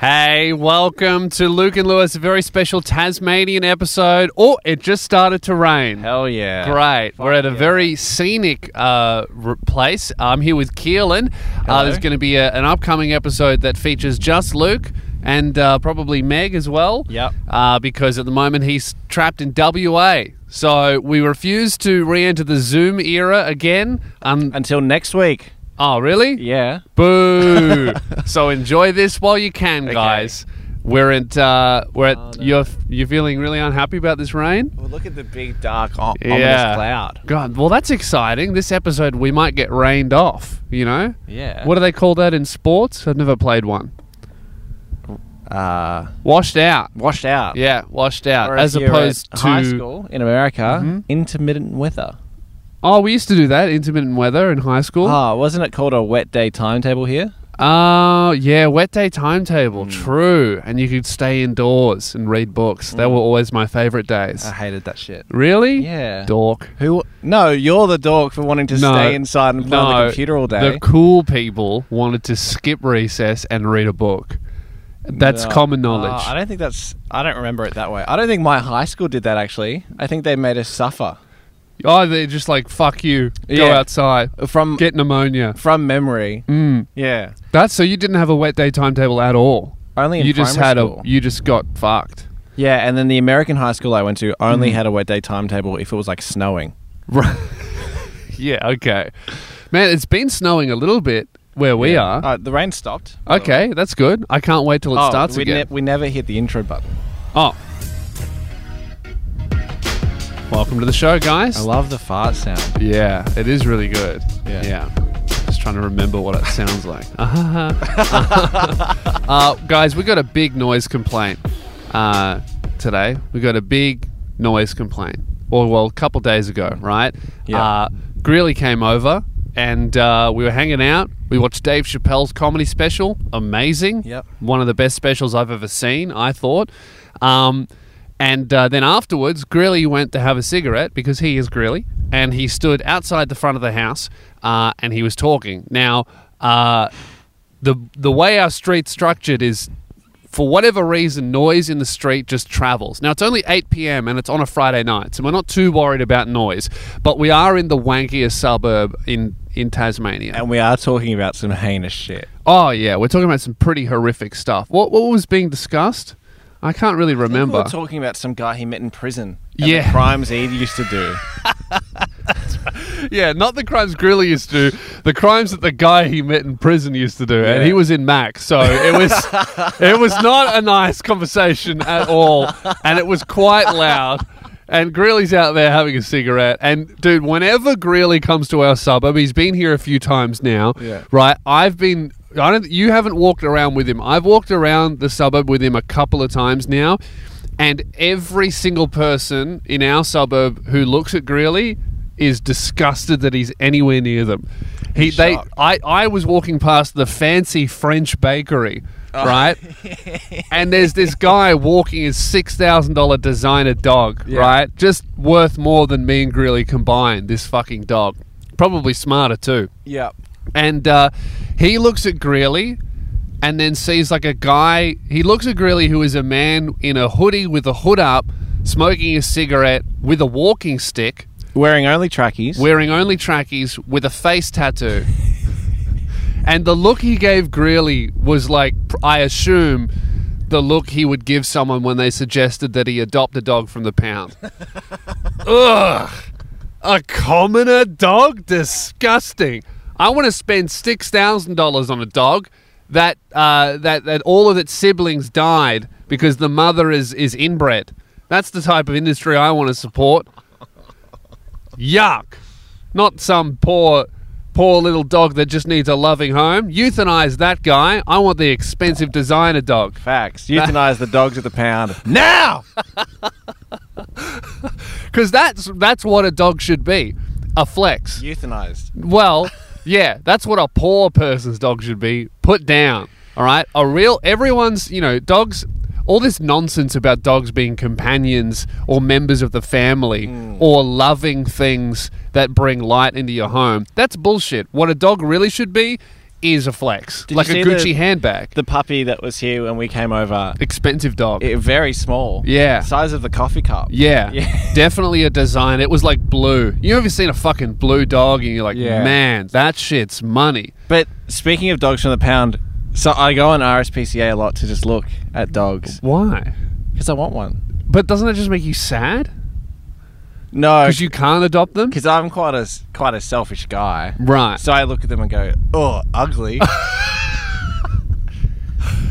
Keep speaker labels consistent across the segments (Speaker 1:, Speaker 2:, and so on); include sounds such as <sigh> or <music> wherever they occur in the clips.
Speaker 1: Hey, welcome to Luke and Lewis, a very special Tasmanian episode. Oh, it just started to rain.
Speaker 2: Hell yeah.
Speaker 1: Great. We're at a very scenic uh, r- place. I'm here with Keelan. Uh,
Speaker 2: Hello.
Speaker 1: there's going to be a, an upcoming episode that features just Luke and uh, probably Meg as well.
Speaker 2: Yep.
Speaker 1: Uh, because at the moment he's trapped in WA. So we refuse to re enter the Zoom era again. Um,
Speaker 2: Until next week.
Speaker 1: oh, really?
Speaker 2: Yeah.
Speaker 1: Boo! so enjoy this while you can, guys. We're at uh, we're
Speaker 2: Oh,
Speaker 1: at you're you're feeling really unhappy about this rain.
Speaker 2: Well, look at the big dark o-
Speaker 1: Yeah.
Speaker 2: ominous cloud.
Speaker 1: God, well that's exciting. This episode we might get rained off. You know.
Speaker 2: Yeah.
Speaker 1: What do they call that in sports? I've never played one.
Speaker 2: Uh,
Speaker 1: Washed out.
Speaker 2: washed out.
Speaker 1: Yeah, washed out.
Speaker 2: Or
Speaker 1: As
Speaker 2: if you're at
Speaker 1: opposed to Mm-hmm.
Speaker 2: high school in America, intermittent weather.
Speaker 1: oh, we used to do that intermittent weather in high school.
Speaker 2: Oh, wasn't it called a wet day timetable here?
Speaker 1: Oh, yeah, wet day
Speaker 2: Hmm.
Speaker 1: timetable. True, and you could stay indoors and read books.
Speaker 2: Hmm.
Speaker 1: They were always my favorite days.
Speaker 2: I hated that shit.
Speaker 1: really?
Speaker 2: Ah. Yeah.
Speaker 1: Dork.
Speaker 2: Who? No, you're the dork for wanting to
Speaker 1: No.
Speaker 2: stay inside and play on
Speaker 1: No,
Speaker 2: the computer all day.
Speaker 1: The cool people wanted to skip recess and read a book. That's
Speaker 2: No.
Speaker 1: common
Speaker 2: Oh,
Speaker 1: knowledge.
Speaker 2: I don't think that's. I don't remember it that way. I don't think my high school did that actually. I think they made us suffer
Speaker 1: oh, they're just like, fuck you. Go
Speaker 2: Yeah.
Speaker 1: outside.
Speaker 2: from
Speaker 1: Get pneumonia.
Speaker 2: from memory.
Speaker 1: Mm.
Speaker 2: Yeah.
Speaker 1: That's so you didn't have a wet day timetable at all.
Speaker 2: Only in
Speaker 1: you just
Speaker 2: primary
Speaker 1: had
Speaker 2: school.
Speaker 1: a you just got fucked.
Speaker 2: Yeah, and then the American high school I went to
Speaker 1: Mm.
Speaker 2: only had a wet day timetable if it was like snowing.
Speaker 1: Right. <laughs> yeah, okay. Man, it's been snowing a little bit where we are.
Speaker 2: Uh, the rain stopped.
Speaker 1: okay, that's good. I can't wait till it
Speaker 2: Oh,
Speaker 1: starts
Speaker 2: we
Speaker 1: again.
Speaker 2: ne- we never hit the intro button.
Speaker 1: oh. Welcome to the show, guys.
Speaker 2: I love the fart sound.
Speaker 1: Yeah, it is really good.
Speaker 2: Yeah.
Speaker 1: Just trying to remember what it sounds like. <laughs> uh, guys, we got a big noise complaint uh, today. We got a big noise complaint. Or, well, a couple days ago, right?
Speaker 2: Yeah.
Speaker 1: Uh, Greeley came over and uh, we were hanging out. We watched Dave Chappelle's comedy special. Amazing.
Speaker 2: Yep.
Speaker 1: One of the best specials I've ever seen, I thought. Um, and uh, then afterwards, Greeley went to have a cigarette because he is Greeley. And he stood outside the front of the house uh, and he was talking. Now, uh, the, the way our street's structured is for whatever reason, noise in the street just travels. Now, it's only 8 p.m. and it's on a Friday night, so we're not too worried about noise, but we are in the wankiest suburb in, in Tasmania.
Speaker 2: And we are talking about some heinous shit.
Speaker 1: Oh yeah, we're talking about some pretty horrific stuff. What what was being discussed? I can't really remember.
Speaker 2: We're talking about some guy he met in prison. and
Speaker 1: Yeah.
Speaker 2: The crimes he used to do.
Speaker 1: <laughs> <laughs> yeah, not the crimes Grilly used to do, the crimes that the guy he met in prison used to do, and
Speaker 2: Yeah.
Speaker 1: he was in Mac, so it was
Speaker 2: <laughs>
Speaker 1: it was not a nice conversation at all, and it was quite loud. And Greeley's out there having a cigarette. And dude, whenever Greeley comes to our suburb, he's been here a few times now.
Speaker 2: Yeah.
Speaker 1: Right? I've been I don't you haven't walked around with him. I've walked around the suburb with him a couple of times now. And every single person in our suburb who looks at Greeley is disgusted that he's anywhere near them. He they
Speaker 2: shocked.
Speaker 1: I, I was walking past the fancy French bakery,
Speaker 2: Oh. <laughs>
Speaker 1: right? and there's this guy walking his six thousand dollar designer dog, right? Just worth more than me and Greeley combined. This fucking dog, probably smarter too.
Speaker 2: yep.
Speaker 1: And uh, he looks at Greeley, and then sees like a guy. He looks at Greeley, who is a man in a hoodie with a hood up, smoking a cigarette with a walking stick,
Speaker 2: Wearing only trackies.
Speaker 1: wearing only trackies with a face tattoo. and the look he gave Greeley was like, pr- I assume, the look he would give someone when they suggested that he adopt a dog from the pound. Ugh! A commoner dog? Disgusting. I want to spend six thousand dollars on a dog that uh, that that all of its siblings died because the mother is is inbred. That's the type of industry I want to support. Yuck. Not some poor poor little dog that just needs a loving home. Euthanize that guy. I want the expensive designer dog. <laughs>
Speaker 2: Facts. Euthanize the dogs at the pound.
Speaker 1: Now. Cuz that's that's what a dog should be. A flex.
Speaker 2: Euthanized.
Speaker 1: Well, yeah, that's what a poor person's dog should be. Put down. All right? A real everyone's, you know, dogs all this nonsense about dogs being companions or members of the family
Speaker 2: Hmm.
Speaker 1: or loving things that bring light into your home. That's bullshit. What a dog really should be is a flex.
Speaker 2: Did you
Speaker 1: like a
Speaker 2: see
Speaker 1: Gucci
Speaker 2: the-
Speaker 1: handbag.
Speaker 2: The puppy that was here when we came over,
Speaker 1: Expensive dog.
Speaker 2: it, very small.
Speaker 1: Yeah.
Speaker 2: Size of the coffee cup.
Speaker 1: yeah.
Speaker 2: <laughs> Yeah.
Speaker 1: Definitely a design. It was like blue. You ever seen a fucking blue dog and you're like,
Speaker 2: Yeah.
Speaker 1: man, that shit's money.
Speaker 2: But speaking of dogs from the pound, so I go on RSPCA a lot to just look at dogs
Speaker 1: Why?
Speaker 2: because I want one.
Speaker 1: But doesn't that just make you sad?
Speaker 2: No,
Speaker 1: Because you can't adopt them?
Speaker 2: because I'm quite a s- quite a selfish guy.
Speaker 1: Right.
Speaker 2: So I look at them and go, "Oh,
Speaker 1: <laughs>
Speaker 2: ugly."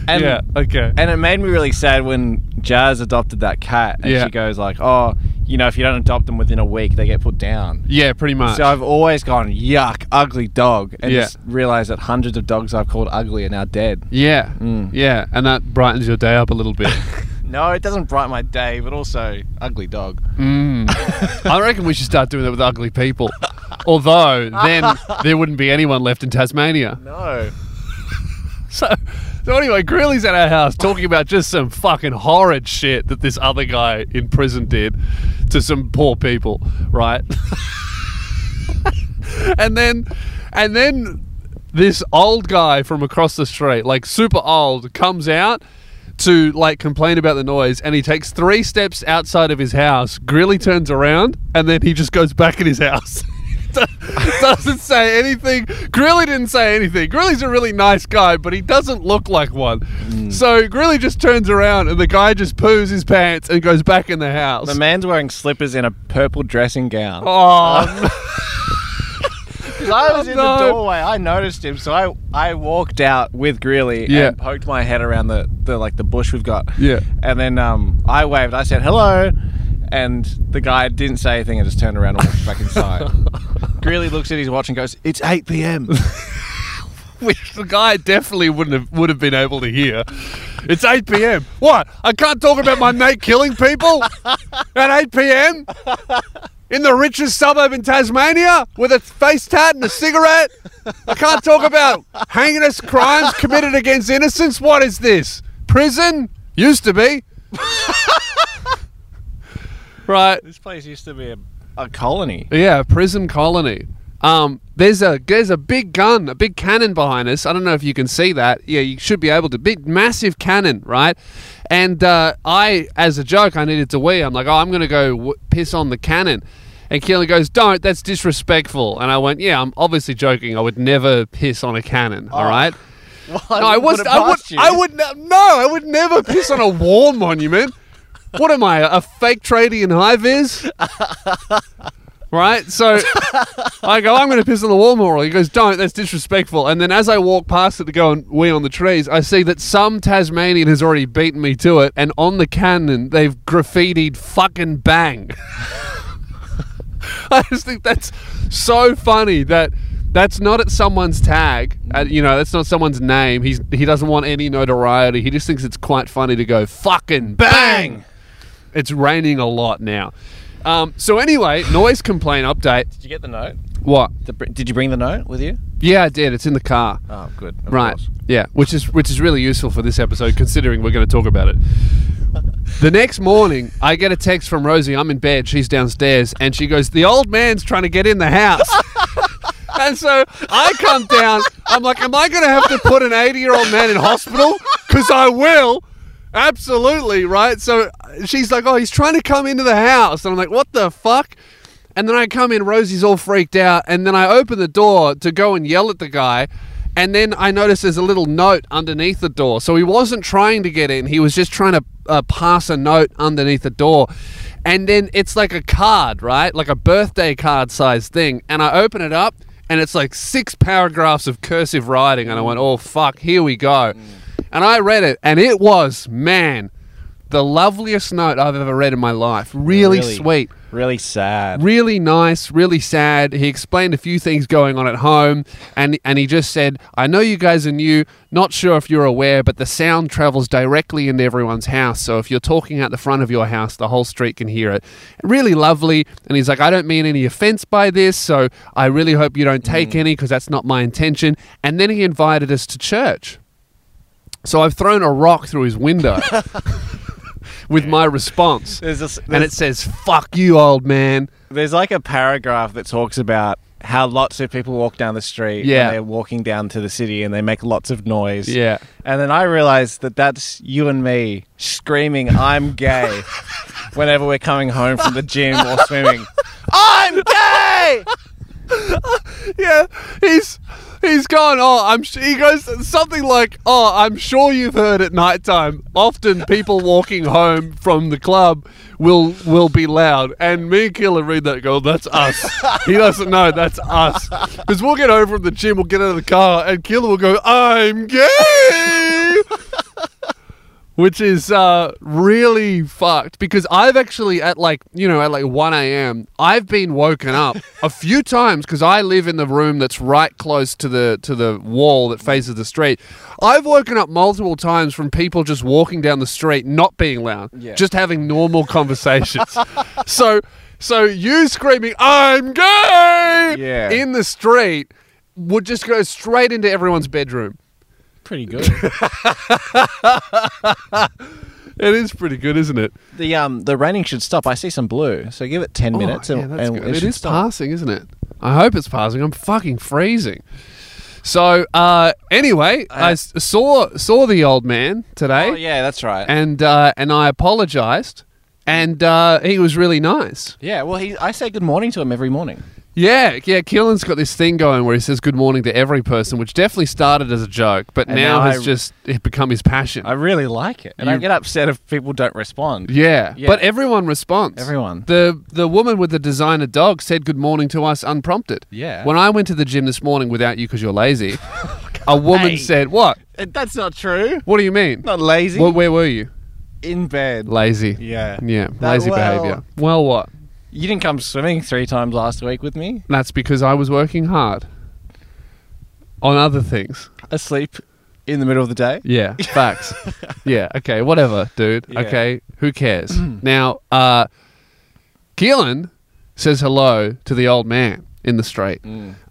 Speaker 2: and
Speaker 1: okay.
Speaker 2: and it made me really sad when Jazz adopted that cat, and
Speaker 1: Yeah.
Speaker 2: she goes like, "Oh, you know, if you don't adopt them within a week, they get put down."
Speaker 1: yeah, pretty much.
Speaker 2: So I've always gone, "Yuck, ugly dog," and
Speaker 1: Yeah.
Speaker 2: just realized that hundreds of dogs I've called ugly are now dead.
Speaker 1: yeah.
Speaker 2: Mm.
Speaker 1: Yeah. And that brightens your day up a little
Speaker 2: <laughs>
Speaker 1: bit.
Speaker 2: No, it doesn't brighten my day, but also ugly dog.
Speaker 1: Mm. I reckon we should start doing that with ugly people. Although, then there wouldn't be anyone left in Tasmania.
Speaker 2: No.
Speaker 1: So, so anyway, Greeley's at our house talking about just some fucking horrid shit that this other guy in prison did to some poor people, right? <laughs> and then, and then this old guy from across the street, like super old, comes out to like complain about the noise, and he takes three steps outside of his house. Greeley turns around, and then he just goes back in his house. <laughs> doesn't say anything. Greeley didn't say anything. Greeley's a really nice guy, but he doesn't look like one. So Greeley just turns around, and the guy just poos his pants and goes back in the house.
Speaker 2: The man's wearing slippers in a purple dressing gown.
Speaker 1: oh, no.
Speaker 2: 'Cause I was
Speaker 1: Oh,
Speaker 2: in
Speaker 1: no.
Speaker 2: the doorway. I noticed him, so I I walked out with Greeley
Speaker 1: Yeah.
Speaker 2: and poked my head around the, the like the bush we've got.
Speaker 1: Yeah.
Speaker 2: And then um, I waved. I said hello, and the guy didn't say anything. and just turned around and walked
Speaker 1: <laughs>
Speaker 2: back inside. Greeley looks at his watch and goes, "It's 8 p.m."
Speaker 1: <laughs> which the guy definitely wouldn't have would have been able to hear. It's 8 p.m. What? I can't talk about my mate killing people at 8 p.m. in the richest suburb in Tasmania with a face tat and a cigarette. I can't talk about heinous crimes committed against innocents. What is this? Prison? Used to be. <laughs> right.
Speaker 2: this place used to be a, a colony.
Speaker 1: Yeah, prison colony. Um, there's a there's a big gun, a big cannon behind us. I don't know if you can see that. Yeah, you should be able to. Big massive cannon, right? And uh, I, as a joke, I needed to wee. I'm like, oh, I'm gonna go w- piss on the cannon. And Keelan goes, don't. That's disrespectful. And I went, yeah, I'm obviously joking. I would never piss on a cannon. All right.
Speaker 2: Well,
Speaker 1: No, I
Speaker 2: wouldn't
Speaker 1: was.
Speaker 2: put it
Speaker 1: I would.
Speaker 2: past you.
Speaker 1: I would. ne- No, I would never piss on a war monument. What am I? A fake tradie in high vis? Right. So I go. I'm going to piss on the war memorial. He goes, "Don't. That's disrespectful." And then as I walk past it to go and wee on the trees, I see that some Tasmanian has already beaten me to it, and on the cannon they've graffitied "fucking bang." <laughs> I just think that's so funny that that's not at someone's tag. Uh, you know, that's not someone's name. He's he doesn't want any notoriety. He just thinks it's quite funny to go fucking bang.
Speaker 2: Bang!
Speaker 1: It's raining a lot now. Um, so anyway, noise complaint update.
Speaker 2: Did you get the note?
Speaker 1: What?
Speaker 2: The, br- did you bring the note with you?
Speaker 1: Yeah, I did. It's in the car.
Speaker 2: Oh, good. of
Speaker 1: Right.
Speaker 2: course.
Speaker 1: Yeah, which is which is really useful for this episode, considering we're going to talk
Speaker 2: <laughs>
Speaker 1: about it. The next morning, I get a text from Rosie. I'm in bed. She's downstairs, and she goes, "The old man's trying to get in the
Speaker 2: <laughs>
Speaker 1: house." and so I come down. I'm like, "Am I going to have to put an 80 year old man in hospital? Because I will." Absolutely, right? So she's like, "Oh, he's trying to come into the house," and I'm like, "What the fuck?" And then I come in, Rosie's all freaked out, and then I open the door to go and yell at the guy. And then I notice there's a little note underneath the door. So he wasn't trying to get in, he was just trying to uh, pass a note underneath the door. And then it's like a card, right? Like a birthday card size thing. And I open it up, and it's like six paragraphs of cursive writing. And I went, oh, fuck, here we go. And I read it, and it was, man, the loveliest note I've ever read in my life. really? sweet
Speaker 2: Really sad.
Speaker 1: really nice, really sad. He explained a few things going on at home, and and he just said, "I know you guys are new. Not sure if you're aware, but the sound travels directly into everyone's house. So if you're talking out the front of your house, the whole street can hear it. Really lovely." And he's like, "I don't mean any offense by this, so I really hope you don't take any because that's not my intention." And then he invited us to church. So I've thrown a rock through his window. <laughs> With my response
Speaker 2: There's this,
Speaker 1: and it says "fuck you, old man."
Speaker 2: There's like a paragraph that talks about how lots of people walk down the street.
Speaker 1: Yeah.
Speaker 2: and they're walking down to the city and they make lots of noise.
Speaker 1: Yeah.
Speaker 2: and then I realized that that's you and me screaming,
Speaker 1: <laughs>
Speaker 2: "I'm gay," whenever we're coming home from the gym or swimming. I'm gay.
Speaker 1: Yeah, he's he's gone. Oh, I'm. Sh-, he goes something like, "Oh, I'm sure you've heard at nighttime. Often people walking home from the club will will be loud." And me and Killer read that. and Go, that's us. he doesn't know that's us because we'll get home from the gym, we'll get out of the car, and Killer will go, "I'm gay." Which is uh, really fucked because I've actually at like you know at like one a.m. I've been woken up
Speaker 2: <laughs>
Speaker 1: a few times because I live in the room that's right close to the to the wall that faces the street. I've woken up multiple times from people just walking down the street, not being loud,
Speaker 2: Yeah.
Speaker 1: just having normal conversations. <laughs> so so you screaming, "I'm gay!"
Speaker 2: Yeah.
Speaker 1: in the street would just go straight into everyone's bedroom.
Speaker 3: Pretty good.
Speaker 1: It is pretty good, isn't it?
Speaker 2: The um the raining should stop. I see some blue, so give it ten minutes
Speaker 1: Oh,
Speaker 2: and,
Speaker 1: yeah, that's
Speaker 2: and
Speaker 1: good.
Speaker 2: it
Speaker 1: it
Speaker 2: should
Speaker 1: is
Speaker 2: stop.
Speaker 1: passing, isn't it? I hope it's passing. I'm fucking freezing. So uh, anyway, I s- saw saw the old man today,
Speaker 2: Oh yeah, that's right.
Speaker 1: and uh, and I apologized, and uh, he was really nice.
Speaker 2: yeah, well, he, I say good morning to him every morning.
Speaker 1: Yeah, yeah. Keelan's got this thing going where he says good morning to every person, which definitely started as a joke, but
Speaker 2: And
Speaker 1: now,
Speaker 2: now
Speaker 1: has
Speaker 2: I-
Speaker 1: just it become his passion.
Speaker 2: I really like it, and I
Speaker 1: You-
Speaker 2: get upset if people don't respond.
Speaker 1: Yeah,
Speaker 2: Yeah.
Speaker 1: but everyone responds.
Speaker 2: Everyone.
Speaker 1: The the woman with the designer dog said good morning to us unprompted.
Speaker 2: Yeah. Oh,
Speaker 1: When I went to the gym this morning without you because you're
Speaker 2: <laughs>
Speaker 1: lazy, a woman
Speaker 2: Hey.
Speaker 1: said, "What?
Speaker 2: Uh, That's not true.
Speaker 1: What do you mean?
Speaker 2: Not lazy.
Speaker 1: Well, where were you?
Speaker 2: in bed.
Speaker 1: Lazy.
Speaker 2: Yeah.
Speaker 1: Yeah.
Speaker 2: That-
Speaker 1: lazy
Speaker 2: well-
Speaker 1: behavior. Well, what?
Speaker 2: You didn't come swimming three times last week with me.
Speaker 1: That's because I was working hard on other things.
Speaker 2: Asleep in the middle of the day.
Speaker 1: Yeah,
Speaker 2: <laughs>
Speaker 1: facts. yeah, okay, whatever, dude.
Speaker 2: Yeah. Mm.
Speaker 1: Okay, who cares? now, uh, Keelan says hello to the old man in the street. Uh,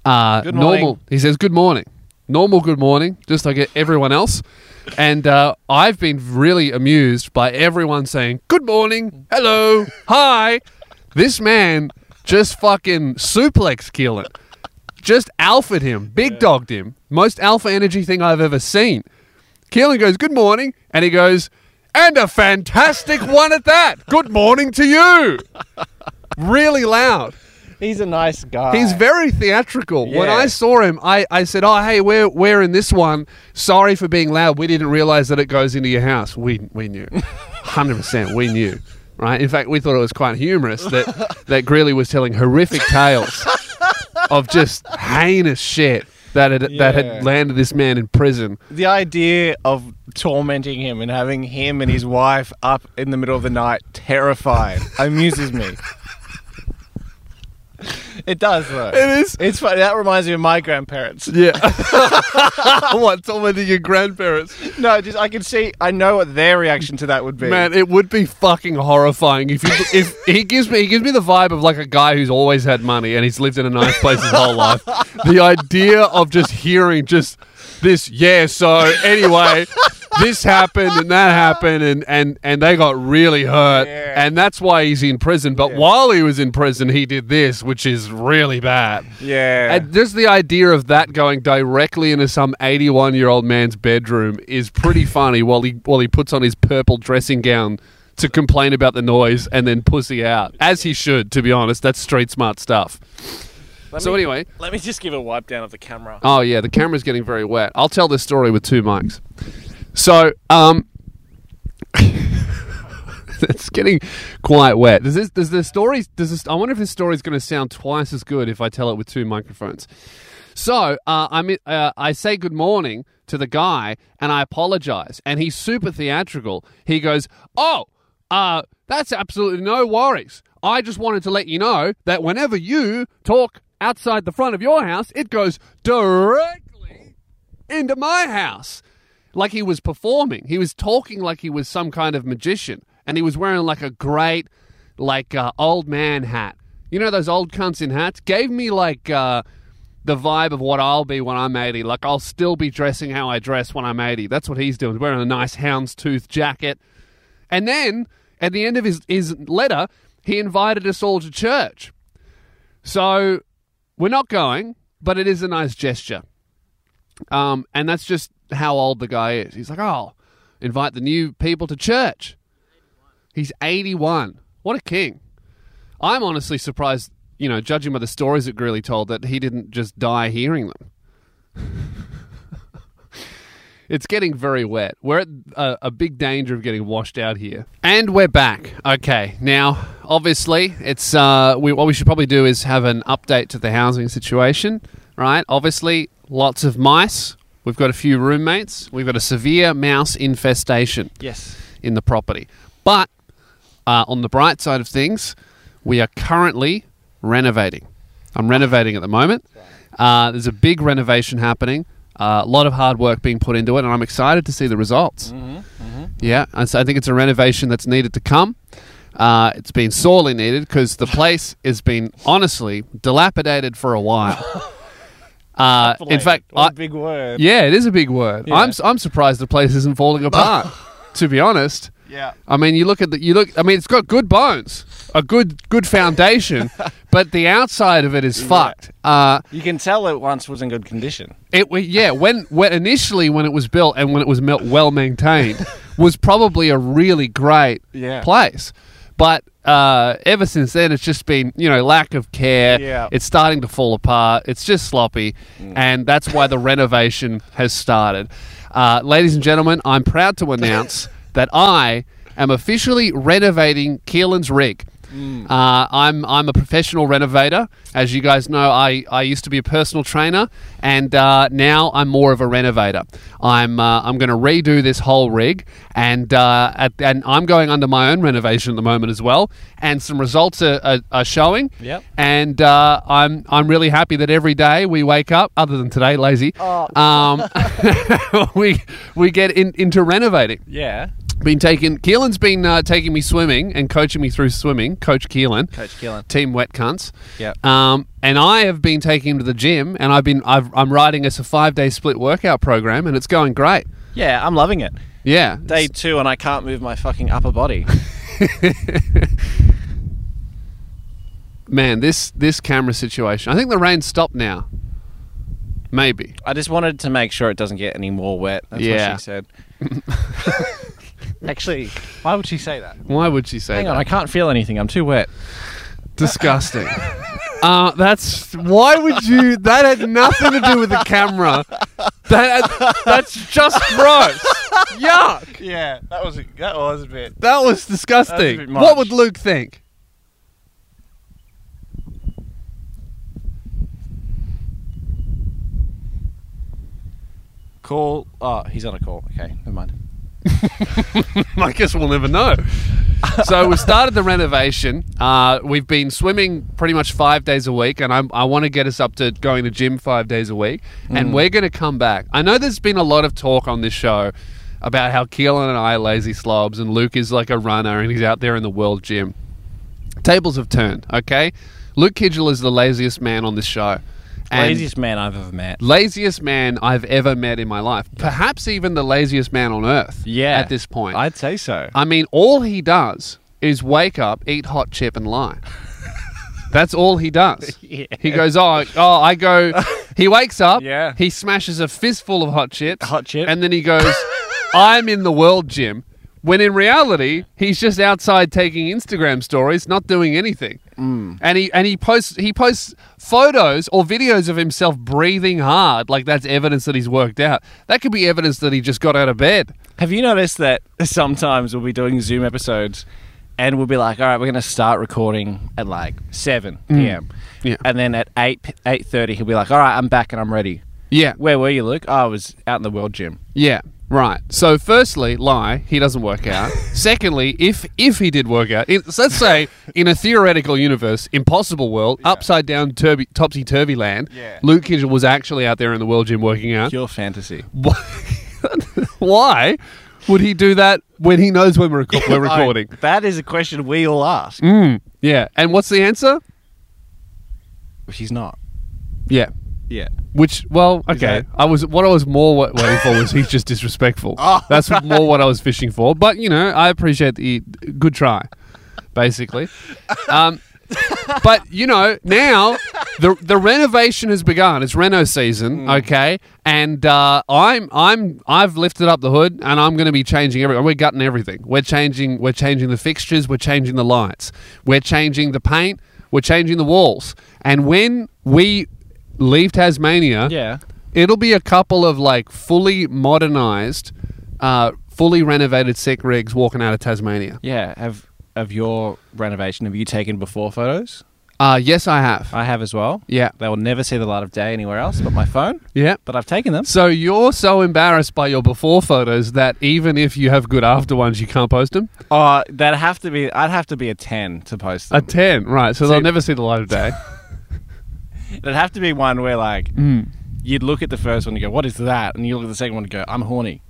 Speaker 2: Mm. Good
Speaker 1: normal.
Speaker 2: morning.
Speaker 1: He says good morning. Normal good morning, just like everyone else. And uh, I've been really amused by everyone saying good morning, hello, hi. This man just fucking suplex Keelan. Just alphaed him, big dogged him. Most alpha energy thing I've ever seen. Keelan goes, Good morning. And he goes, And a fantastic one at that. Good morning to you. Really loud.
Speaker 2: He's a nice guy.
Speaker 1: He's very theatrical. When
Speaker 2: Yeah.
Speaker 1: I saw him, I, I said, Oh, hey, we're, we're in this one. Sorry for being loud. We didn't realize that it goes into your house. We, we <laughs> knew. 100% we knew. Right? In fact, we thought it was quite humorous that, that Greeley was telling horrific tales of just heinous shit that had, that
Speaker 2: Yeah.
Speaker 1: had landed this man in prison.
Speaker 2: the idea of tormenting him and having him and his wife up in the middle of the night, terrified, amuses me. It does though.
Speaker 1: It is.
Speaker 2: It's funny. That reminds me of my grandparents.
Speaker 1: <laughs> Yeah. what? Tormenting your grandparents?
Speaker 2: No, just I can see. I know what their reaction to that would be.
Speaker 1: Man, it would be fucking horrifying
Speaker 2: <laughs>
Speaker 1: if you, if he gives me he gives me the vibe of like a guy who's always had money and he's lived in a nice place his whole
Speaker 2: <laughs>
Speaker 1: life. The idea of just hearing just this, yeah. So anyway, this happened and that happened and and and they got really hurt
Speaker 2: Yeah.
Speaker 1: and that's why he's in prison. But while he was in prison, he did this, which is really bad.
Speaker 2: yeah.
Speaker 1: And just the idea of that going directly into some 81 year old man's bedroom is pretty funny while he while he puts on his purple dressing gown to complain about the noise and then pussy out as he should to be honest that's street smart stuff so
Speaker 3: me-
Speaker 1: anyway
Speaker 3: Let me just give a wipe down of the camera.
Speaker 1: oh yeah the camera's getting very wet i'll tell this story with two mics so um <laughs> it's getting quite wet does this does the story does this i wonder if this story's going to sound twice as good if i tell it with two microphones so uh, I mean, uh, I say good morning to the guy, and I apologize. And he's super theatrical. He goes, "Oh, uh, that's absolutely no worries. I just wanted to let you know that whenever you talk outside the front of your house, it goes directly into my house." Like he was performing, he was talking like he was some kind of magician, and he was wearing like a great, like uh, old man hat. You know those old cunts in hats? Gave me like. Uh, the vibe of what I'll be when I'm 80. Like, I'll still be dressing how I dress when I'm 80. That's what he's doing. He's wearing a nice houndstooth jacket. And then, at the end of his, his letter, he invited us all to church. So We're not going, but it is a nice gesture. Um, and that's just how old the guy is. He's like, oh, invite the new people to church. He's 81. What a king. I'm honestly surprised, you know, judging by the stories that Greeley told, that he didn't just die hearing them. <laughs> It's getting very wet. We're at a, a big danger of getting washed out here. And we're back. Okay, now obviously it's uh, we, what we should probably do is have an update to the housing situation, right? Obviously, lots of mice. We've got a few roommates. We've got a severe mouse infestation
Speaker 2: Yes.
Speaker 1: in the property. But uh, on the bright side of things, we are currently renovating. I'm renovating at the moment. Uh, there's a big renovation happening. Uh, a lot of hard work being put into it, and I'm excited to see the results. Yeah, and so I think it's a renovation that's needed to come. Uh, it's been sorely needed because the place has been honestly dilapidated for a while. Uh, in fact,
Speaker 2: What
Speaker 1: I,
Speaker 2: a big word.
Speaker 1: yeah, it is a big word. I'm s- I'm surprised the place isn't falling
Speaker 2: <laughs>
Speaker 1: apart. to be honest,
Speaker 2: Yeah.
Speaker 1: I mean, you look at the you look. I mean, it's got good bones, a good good
Speaker 2: <laughs>
Speaker 1: foundation, but the outside of it is fucked. Uh,
Speaker 2: You can tell it once was in good condition.
Speaker 1: it wa- yeah. When when initially when it was built and when it was mel- well
Speaker 2: <laughs>
Speaker 1: maintained was probably a really great
Speaker 2: Yeah.
Speaker 1: place, but uh, ever since then it's just been you know lack of care.
Speaker 2: Yeah.
Speaker 1: It's starting to fall apart. It's just sloppy, and that's why the renovation has started. Uh, ladies and gentlemen, I'm proud to announce that I am officially renovating Keelan's rig. Uh, I'm I'm a professional renovator, as you guys know. I, I used to be a personal trainer, and uh, now I'm more of a renovator. I'm uh, I'm going to redo this whole rig, and uh, at, and I'm going under my own renovation at the moment as well. And some results are, are, are showing.
Speaker 2: Yep.
Speaker 1: And uh, I'm I'm really happy that every day we wake up, other than today, lazy. Um, <laughs> we we get in, into renovating
Speaker 2: Yeah.
Speaker 1: been taking Keelan's been uh, taking me swimming and coaching me through swimming. Coach Keelan,
Speaker 2: Coach Keelan.
Speaker 1: team wet cunts.
Speaker 2: Yep.
Speaker 1: Um, and I have been taking him to the gym, and I've been I've, I'm riding us a five day split workout program, and it's going great.
Speaker 2: Yeah, I'm loving it.
Speaker 1: Yeah,
Speaker 2: Day two, and I can't move my fucking upper body.
Speaker 1: man, this this camera situation. I think the rain stopped now. Maybe.
Speaker 2: I just wanted to make sure it doesn't get any more wet. That's
Speaker 1: Yeah.
Speaker 2: what she said. Actually, why would she say that?
Speaker 1: Why would she say
Speaker 2: Hang
Speaker 1: that?
Speaker 2: on, I can't feel anything. I'm too wet.
Speaker 1: Disgusting. <laughs> uh, that's why would you? That had nothing to do with the camera. That had- that's just gross. Yuck.
Speaker 2: Yeah, that was a, that was a bit.
Speaker 1: That was disgusting.
Speaker 2: That's a bit
Speaker 1: what
Speaker 2: much.
Speaker 1: would Luke think?
Speaker 2: Call. Oh, he's on a call. Okay, never mind.
Speaker 1: <laughs> I guess we'll never know. so we started the renovation. Uh, we've been swimming pretty much five days a week, and I'm, I want to get us up to going to gym five days a week.
Speaker 2: Mm.
Speaker 1: And we're going to come back. I know there's been a lot of talk on this show about how Keelan and I are lazy slobs, and Luke is like a runner, and he's out there in the world gym. Tables have turned. Okay, Luke Kidgel is the laziest man on this show. And-
Speaker 2: Laziest man I've ever met.
Speaker 1: laziest man I've ever met in my life. Perhaps even the laziest man on earth.
Speaker 2: Yeah.
Speaker 1: At this point, I,
Speaker 2: I'd say so.
Speaker 1: mean, all he does is wake up, eat hot chip, and lie. That's all he
Speaker 2: <laughs>
Speaker 1: does. He goes, oh, oh, I go. He wakes up.
Speaker 2: Yeah.
Speaker 1: He smashes a fistful of hot chips.
Speaker 2: Hot chip.
Speaker 1: And then he
Speaker 2: <laughs>
Speaker 1: goes, I'm in the world gym. When in reality, he's just outside taking Instagram stories, not doing anything.
Speaker 2: Mm.
Speaker 1: And he and he posts he posts photos or videos of himself breathing hard, like that's evidence that he's worked out. That could be evidence that he just got out of bed.
Speaker 2: Have you noticed that sometimes we'll be doing Zoom episodes and we'll be like, all right, we're going to start recording at like 7 p.m.
Speaker 1: Mm. Yeah.
Speaker 2: And then at 8 p- 8.30, he'll be like, all right, I'm back and I'm ready.
Speaker 1: Yeah.
Speaker 2: Where were you, Luke? Oh, I was out in the world gym.
Speaker 1: Yeah, right. So, firstly, lie. He doesn't work
Speaker 2: <laughs>
Speaker 1: out. Secondly, if if he did work out, in, so let's say in a theoretical universe, impossible world, upside down, turby, topsy turvy land,
Speaker 2: Yeah.
Speaker 1: Luke Kidgel was actually out there in the world gym working out.
Speaker 2: Pure fantasy.
Speaker 1: Why, <laughs> why would he do that when he knows when
Speaker 2: <laughs>
Speaker 1: we're, reco- we're recording?
Speaker 2: I- that is a question we all ask.
Speaker 1: Mm, yeah. And what's the answer?
Speaker 2: Which he's not.
Speaker 1: Yeah.
Speaker 2: Yeah.
Speaker 1: Which well okay
Speaker 2: that-
Speaker 1: I was what I was more wa- waiting for was he's just disrespectful. That's more what I was fishing for. But you know I appreciate the good try, basically. Um, but you know now the the renovation has begun. It's reno season, okay? And uh, I'm I'm I've lifted up the hood and I'm going to be changing everything. We're gutting everything. We're changing we're changing the fixtures. We're changing the lights. We're changing the paint. We're changing the walls. And when we leave Tasmania,
Speaker 2: Yeah.
Speaker 1: it'll be a couple of like fully modernized, uh, fully renovated sick rigs walking out of Tasmania.
Speaker 2: Yeah. Have of your renovation, have you taken before photos?
Speaker 1: Uh, yes, I have.
Speaker 2: I have as well.
Speaker 1: Yeah.
Speaker 2: They will never see the light of day anywhere else but my phone. <laughs>
Speaker 1: Yeah.
Speaker 2: But I've taken them.
Speaker 1: So you're so embarrassed by your before photos that even if you have good after ones, you can't post them.
Speaker 2: Uh, that'd have to be. I'd have to be a ten to post
Speaker 1: A
Speaker 2: them.
Speaker 1: ten, right? So they'll
Speaker 2: See-
Speaker 1: never see the light of
Speaker 2: <laughs>
Speaker 1: day.
Speaker 2: it'd have to be one where like
Speaker 1: Mm.
Speaker 2: you'd look at the first one and go, "What is that?" And you look at the second one and go,
Speaker 1: <laughs>
Speaker 2: "I'm horny."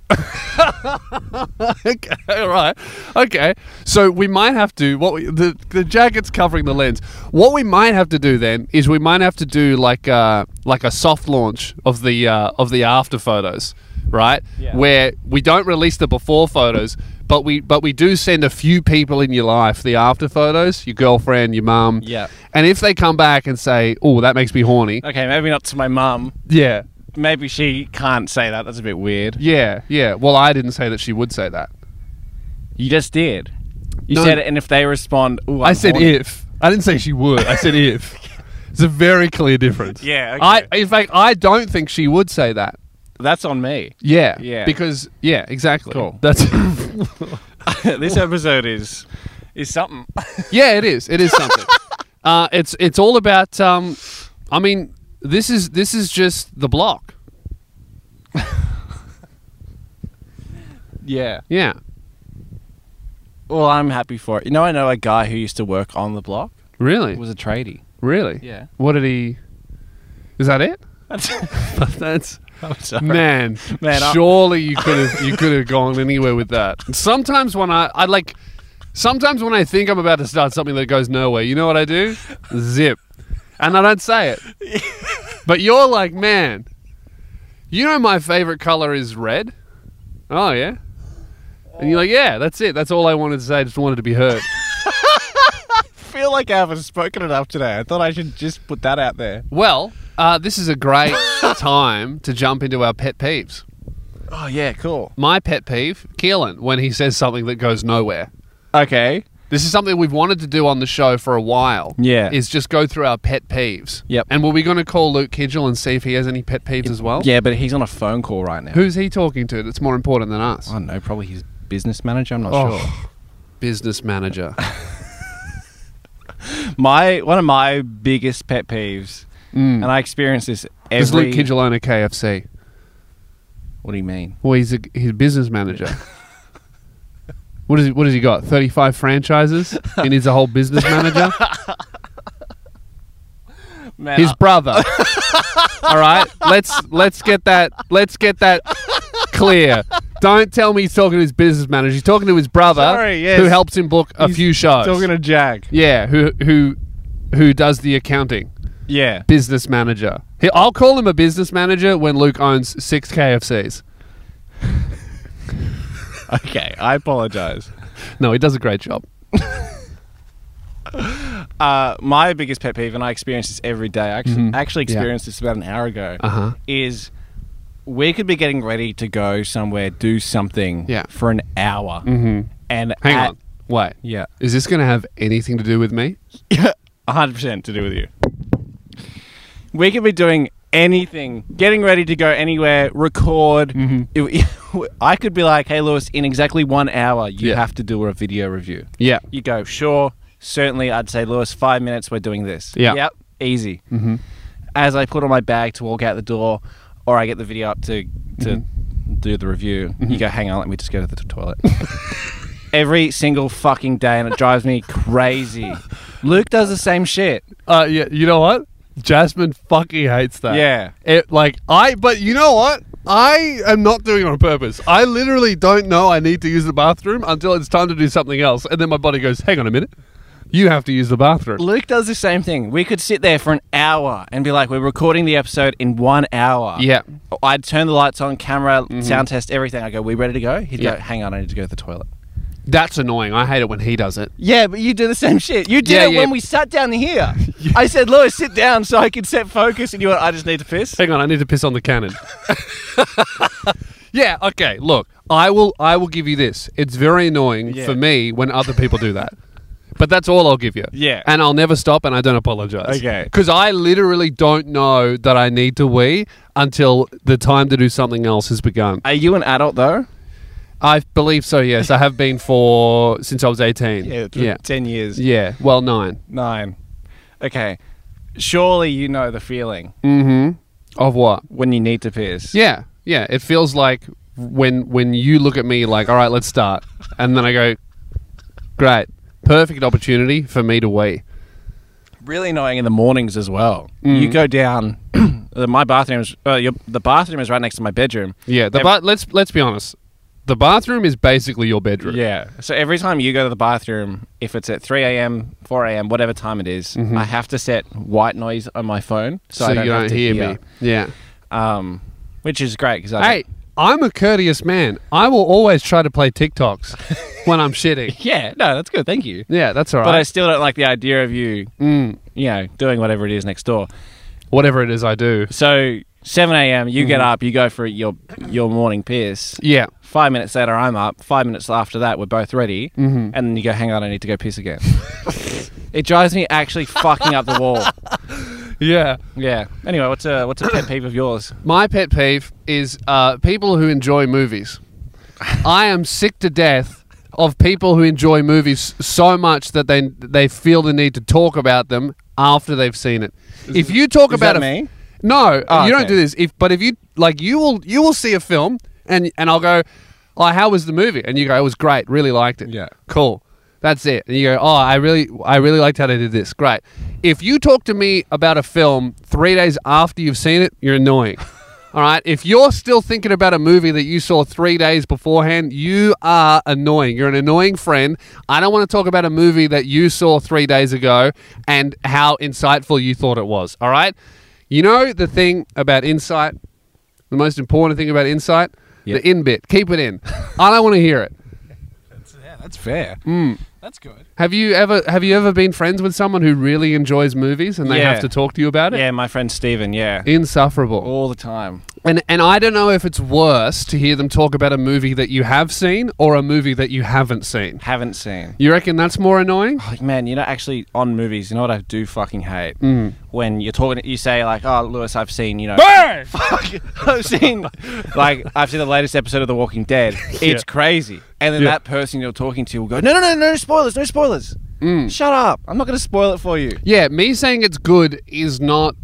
Speaker 1: okay, all right. Okay. So we might have to what we, the the jacket's covering the lens. What we might have to do then is we might have to do like a like a soft launch of the uh, of the after photos, right?
Speaker 2: Yeah.
Speaker 1: Where we don't release the before photos, but we but we do send a few people in your life the after photos, your girlfriend, your mum.
Speaker 2: Yeah.
Speaker 1: And if they come back and say, "Oh, that makes me horny."
Speaker 2: Okay, maybe not to my mum.
Speaker 1: Yeah.
Speaker 2: Maybe she can't say that. That's a bit weird.
Speaker 1: Yeah, yeah. Well, I didn't say that she would say that.
Speaker 2: You just did. You
Speaker 1: No.
Speaker 2: said it, and if they respond, Ooh,
Speaker 1: I
Speaker 2: I'm
Speaker 1: said
Speaker 2: horny."
Speaker 1: if. I didn't say she would. I said if. It's a very clear difference.
Speaker 2: <laughs> Yeah,
Speaker 1: I
Speaker 2: okay.
Speaker 1: in fact I don't think she would say that.
Speaker 2: That's
Speaker 1: <laughs>
Speaker 2: on me. <laughs>
Speaker 1: Yeah.
Speaker 2: Yeah.
Speaker 1: Because yeah, exactly.
Speaker 2: Cool.
Speaker 1: That's <laughs>
Speaker 2: this episode is is something. <laughs>
Speaker 1: Yeah, it is. It is something. <laughs> uh, it's it's all about um I mean, this is this is just the block.
Speaker 2: yeah.
Speaker 1: Yeah.
Speaker 2: Well, I'm happy for it. You know, I know a guy who used to work on the block.
Speaker 1: Really?
Speaker 2: Was a tradie. <laughs>
Speaker 1: really?
Speaker 2: Yeah.
Speaker 1: What did he Is that it? <laughs> That's
Speaker 2: I'm
Speaker 1: <laughs>
Speaker 2: sorry.
Speaker 1: Man,
Speaker 2: Man, I-
Speaker 1: surely you could have you could have gone anywhere with that. Sometimes when I, I like, sometimes when I think I'm about to start something that goes nowhere, you know what I do? Zip, and I don't say it.
Speaker 2: <laughs>
Speaker 1: But you're like, man, you know my favorite color is red. Oh yeah, and you're like, yeah, that's it. That's all I wanted to say. I just wanted to be heard.
Speaker 2: I feel like I haven't spoken enough today. I thought I should just put that out there.
Speaker 1: Well, uh, this is a great
Speaker 2: <laughs>
Speaker 1: time to jump into our pet peeves.
Speaker 2: Oh yeah, cool.
Speaker 1: My pet peeve, Keelan, when he says something that goes nowhere.
Speaker 2: Okay.
Speaker 1: This is something we've wanted to do on the show for a while.
Speaker 2: Yeah.
Speaker 1: Is just go through our pet peeves.
Speaker 2: Yep.
Speaker 1: And were we going to call Luke Kidgel and see if he has any pet peeves as well?
Speaker 2: Yeah, but he's on a phone call right now.
Speaker 1: Who's he talking to that's more important than us?
Speaker 2: I don't know. Probably his business manager. I'm not
Speaker 1: Oh, business
Speaker 2: <laughs>
Speaker 1: manager.
Speaker 2: sure. My one of my biggest pet peeves, and I experience this
Speaker 1: Mm. Does
Speaker 2: every.
Speaker 1: Luke Kidgel own a KFC?
Speaker 2: What do you mean?
Speaker 1: Well, he's a, he's a business manager.
Speaker 2: <laughs>
Speaker 1: what, is, he- what has he got? 35 franchises? he needs a whole business manager?
Speaker 2: <laughs> Man,
Speaker 1: his
Speaker 2: <laughs>
Speaker 1: brother. All right, let's let's get that let's get that clear. Don't tell me he's talking to his business manager. He's talking to his brother,
Speaker 2: Sorry, yes.
Speaker 1: who helps him book a few shows.
Speaker 2: talking to Jag.
Speaker 1: yeah, who who who does the accounting?
Speaker 2: Yeah.
Speaker 1: Business manager. He, I'll call him a business manager when Luke owns six KFCs.
Speaker 2: Okay. I apologize.
Speaker 1: No, he does a great job.
Speaker 2: uh, my biggest pet peeve, and I experience this every day. I actually,
Speaker 1: Mhm.
Speaker 2: I actually
Speaker 1: Yeah.
Speaker 2: experienced this about an hour ago.
Speaker 1: Uh-huh.
Speaker 2: Is we could be getting ready to go somewhere, do something
Speaker 1: Yeah.
Speaker 2: for an hour,
Speaker 1: Mhm.
Speaker 2: and
Speaker 1: Hang
Speaker 2: at-
Speaker 1: on, wait.
Speaker 2: yeah,
Speaker 1: Is this going to have anything to do with me?
Speaker 2: hundred percent to do with you. We could be doing anything, getting ready to go anywhere, record. It- <laughs> I could be like, "Hey, Lewis, in exactly one hour, you
Speaker 1: Yeah.
Speaker 2: have to do a video review."
Speaker 1: Yeah.
Speaker 2: You go, sure, certainly. I'd say, Lewis, five minutes, we're doing this.
Speaker 1: Yeah.
Speaker 2: Yep, easy. Mm-hmm. As I put on my bag to walk out the door, or I get the video up to, to
Speaker 1: Mm-hmm.
Speaker 2: do the review, you go, hang on, let me just go to the t- toilet. <laughs> Every single fucking day, and it drives me crazy. Luke does the same shit.
Speaker 1: Uh, yeah, you know what? Jasmine fucking hates that.
Speaker 2: Yeah.
Speaker 1: It like I but you know what? I am not doing it on purpose. I literally don't know I need to use the bathroom until it's time to do something else and then my body goes, "Hang on a minute. You have to use the bathroom."
Speaker 2: Luke does the same thing. We could sit there for an hour and be like, we're recording the episode in one hour.
Speaker 1: Yeah. Mm-hmm.
Speaker 2: I'd turn the lights on, camera, sound test, everything. I go, we ready to go? He'd
Speaker 1: Yeah.
Speaker 2: go, hang on, I need to go to the toilet.
Speaker 1: That's annoying. I hate it when he does it.
Speaker 2: Yeah, but you do the same shit. You did
Speaker 1: Yeah,
Speaker 2: it
Speaker 1: yeah.
Speaker 2: when we sat down here.
Speaker 1: <laughs>
Speaker 2: I said, Lewis, sit down so I can set focus. And you went, I just need to piss.
Speaker 1: Hang on, I need to piss on the
Speaker 2: <laughs>
Speaker 1: cannon. yeah, okay. Look, I will I will give you this. It's very annoying
Speaker 2: Yeah.
Speaker 1: for me when other people do that. But that's all I'll give you.
Speaker 2: Yeah.
Speaker 1: And I'll never stop and I don't apologize.
Speaker 2: Okay.
Speaker 1: Cuz I literally don't know that I need to wee until the time to do something else has begun.
Speaker 2: Are you an adult, though?
Speaker 1: I believe so, yes. I have been for since I was 18. Yeah.
Speaker 2: 10 years.
Speaker 1: Yeah, well 9.
Speaker 2: Nine. Okay. Surely you know the feeling
Speaker 1: Mhm. Of what?
Speaker 2: when you need to piss.
Speaker 1: Yeah, yeah. It feels like when when you look at me like, all right, let's start, and then I go, great, perfect opportunity for me to wee.
Speaker 2: Really annoying in the mornings as well.
Speaker 1: Mm.
Speaker 2: You go down. <clears throat> my bathroom is uh, your, the bathroom is right next to my bedroom.
Speaker 1: Yeah, the
Speaker 2: Ev-
Speaker 1: ba- let's let's be honest. The bathroom is basically your bedroom.
Speaker 2: Yeah. So every time you go to the bathroom, if it's at 3 a.m., 4 a.m., whatever time it is, I have to set white noise on my phone
Speaker 1: Mm-hmm. so
Speaker 2: so, I don't
Speaker 1: you
Speaker 2: have
Speaker 1: don't
Speaker 2: to
Speaker 1: hear, me. Yeah.
Speaker 2: Um, which is great because I.
Speaker 1: Hey, I'm a courteous man. I will always try to play <laughs> TikToks when I'm shitting.
Speaker 2: Yeah. No, that's good. Thank you.
Speaker 1: Yeah, that's all right.
Speaker 2: But I still don't like the idea of you,
Speaker 1: Mm,
Speaker 2: you know, doing whatever it is next door.
Speaker 1: whatever it is I do.
Speaker 2: So 7 a.m., you
Speaker 1: Mm-hmm.
Speaker 2: get up, you go for your your morning piss.
Speaker 1: Yeah.
Speaker 2: Five minutes later, I'm up. Five minutes after that, we're both ready. Mm-hmm. And then you go, hang on, I need to go piss again. <laughs> it drives me actually fucking up the wall.
Speaker 1: Yeah.
Speaker 2: Yeah. Anyway, what's a what's a pet peeve of
Speaker 1: <coughs>
Speaker 2: yours?
Speaker 1: My pet peeve is uh, people who enjoy movies. I am sick to death of people who enjoy movies so much that they they feel the need to talk about them after they've seen it. if you talk
Speaker 2: is
Speaker 1: about
Speaker 2: that
Speaker 1: a-
Speaker 2: me?
Speaker 1: no, uh,
Speaker 2: Oh,
Speaker 1: you don't
Speaker 2: okay.
Speaker 1: do this. If but if you like, you will you will see a film and and I'll go, oh, how was the movie? And you go, it was great. Really liked it.
Speaker 2: Yeah.
Speaker 1: Cool. That's it. And you go, oh, I really, I really liked how they did this. Great. If you talk to me about a film three days after you've seen it, you're annoying. <laughs> All right. If you're still thinking about a movie that you saw three days beforehand, you are annoying. You're an annoying friend. I don't want to talk about a movie that you saw three days ago and how insightful you thought it was. All right. You know the thing about insight? The most important thing about insight?
Speaker 2: Yep.
Speaker 1: The in bit. Keep it
Speaker 2: <laughs>
Speaker 1: in. I don't want to hear it.
Speaker 3: Yeah, that's fair.
Speaker 2: Hmm.
Speaker 3: That's good.
Speaker 1: Have you ever have you ever been friends with someone who really enjoys movies and they
Speaker 2: Yeah.
Speaker 1: have to talk to you about it?
Speaker 2: Yeah, my friend Steven, yeah.
Speaker 1: Insufferable.
Speaker 2: All the time.
Speaker 1: And and I don't know if it's worse to hear them talk about a movie that you have seen or a movie that you haven't seen.
Speaker 2: Haven't seen.
Speaker 1: You reckon that's more annoying?
Speaker 2: Like, man, you know, actually, on movies, you know what I do fucking hate?
Speaker 1: Hmm.
Speaker 2: When you're talking, you say, like, oh, Lewis, I've seen, you know. <laughs> I've seen, like, I've seen the latest episode of The Walking Dead.
Speaker 1: <laughs>
Speaker 2: It's crazy. And then
Speaker 1: Yeah.
Speaker 2: that person you're talking to will go, no, no, no, no spoilers, no spoilers.
Speaker 1: Hmm.
Speaker 2: Shut up. I'm not going to spoil it for you.
Speaker 1: Yeah, me saying it's good is not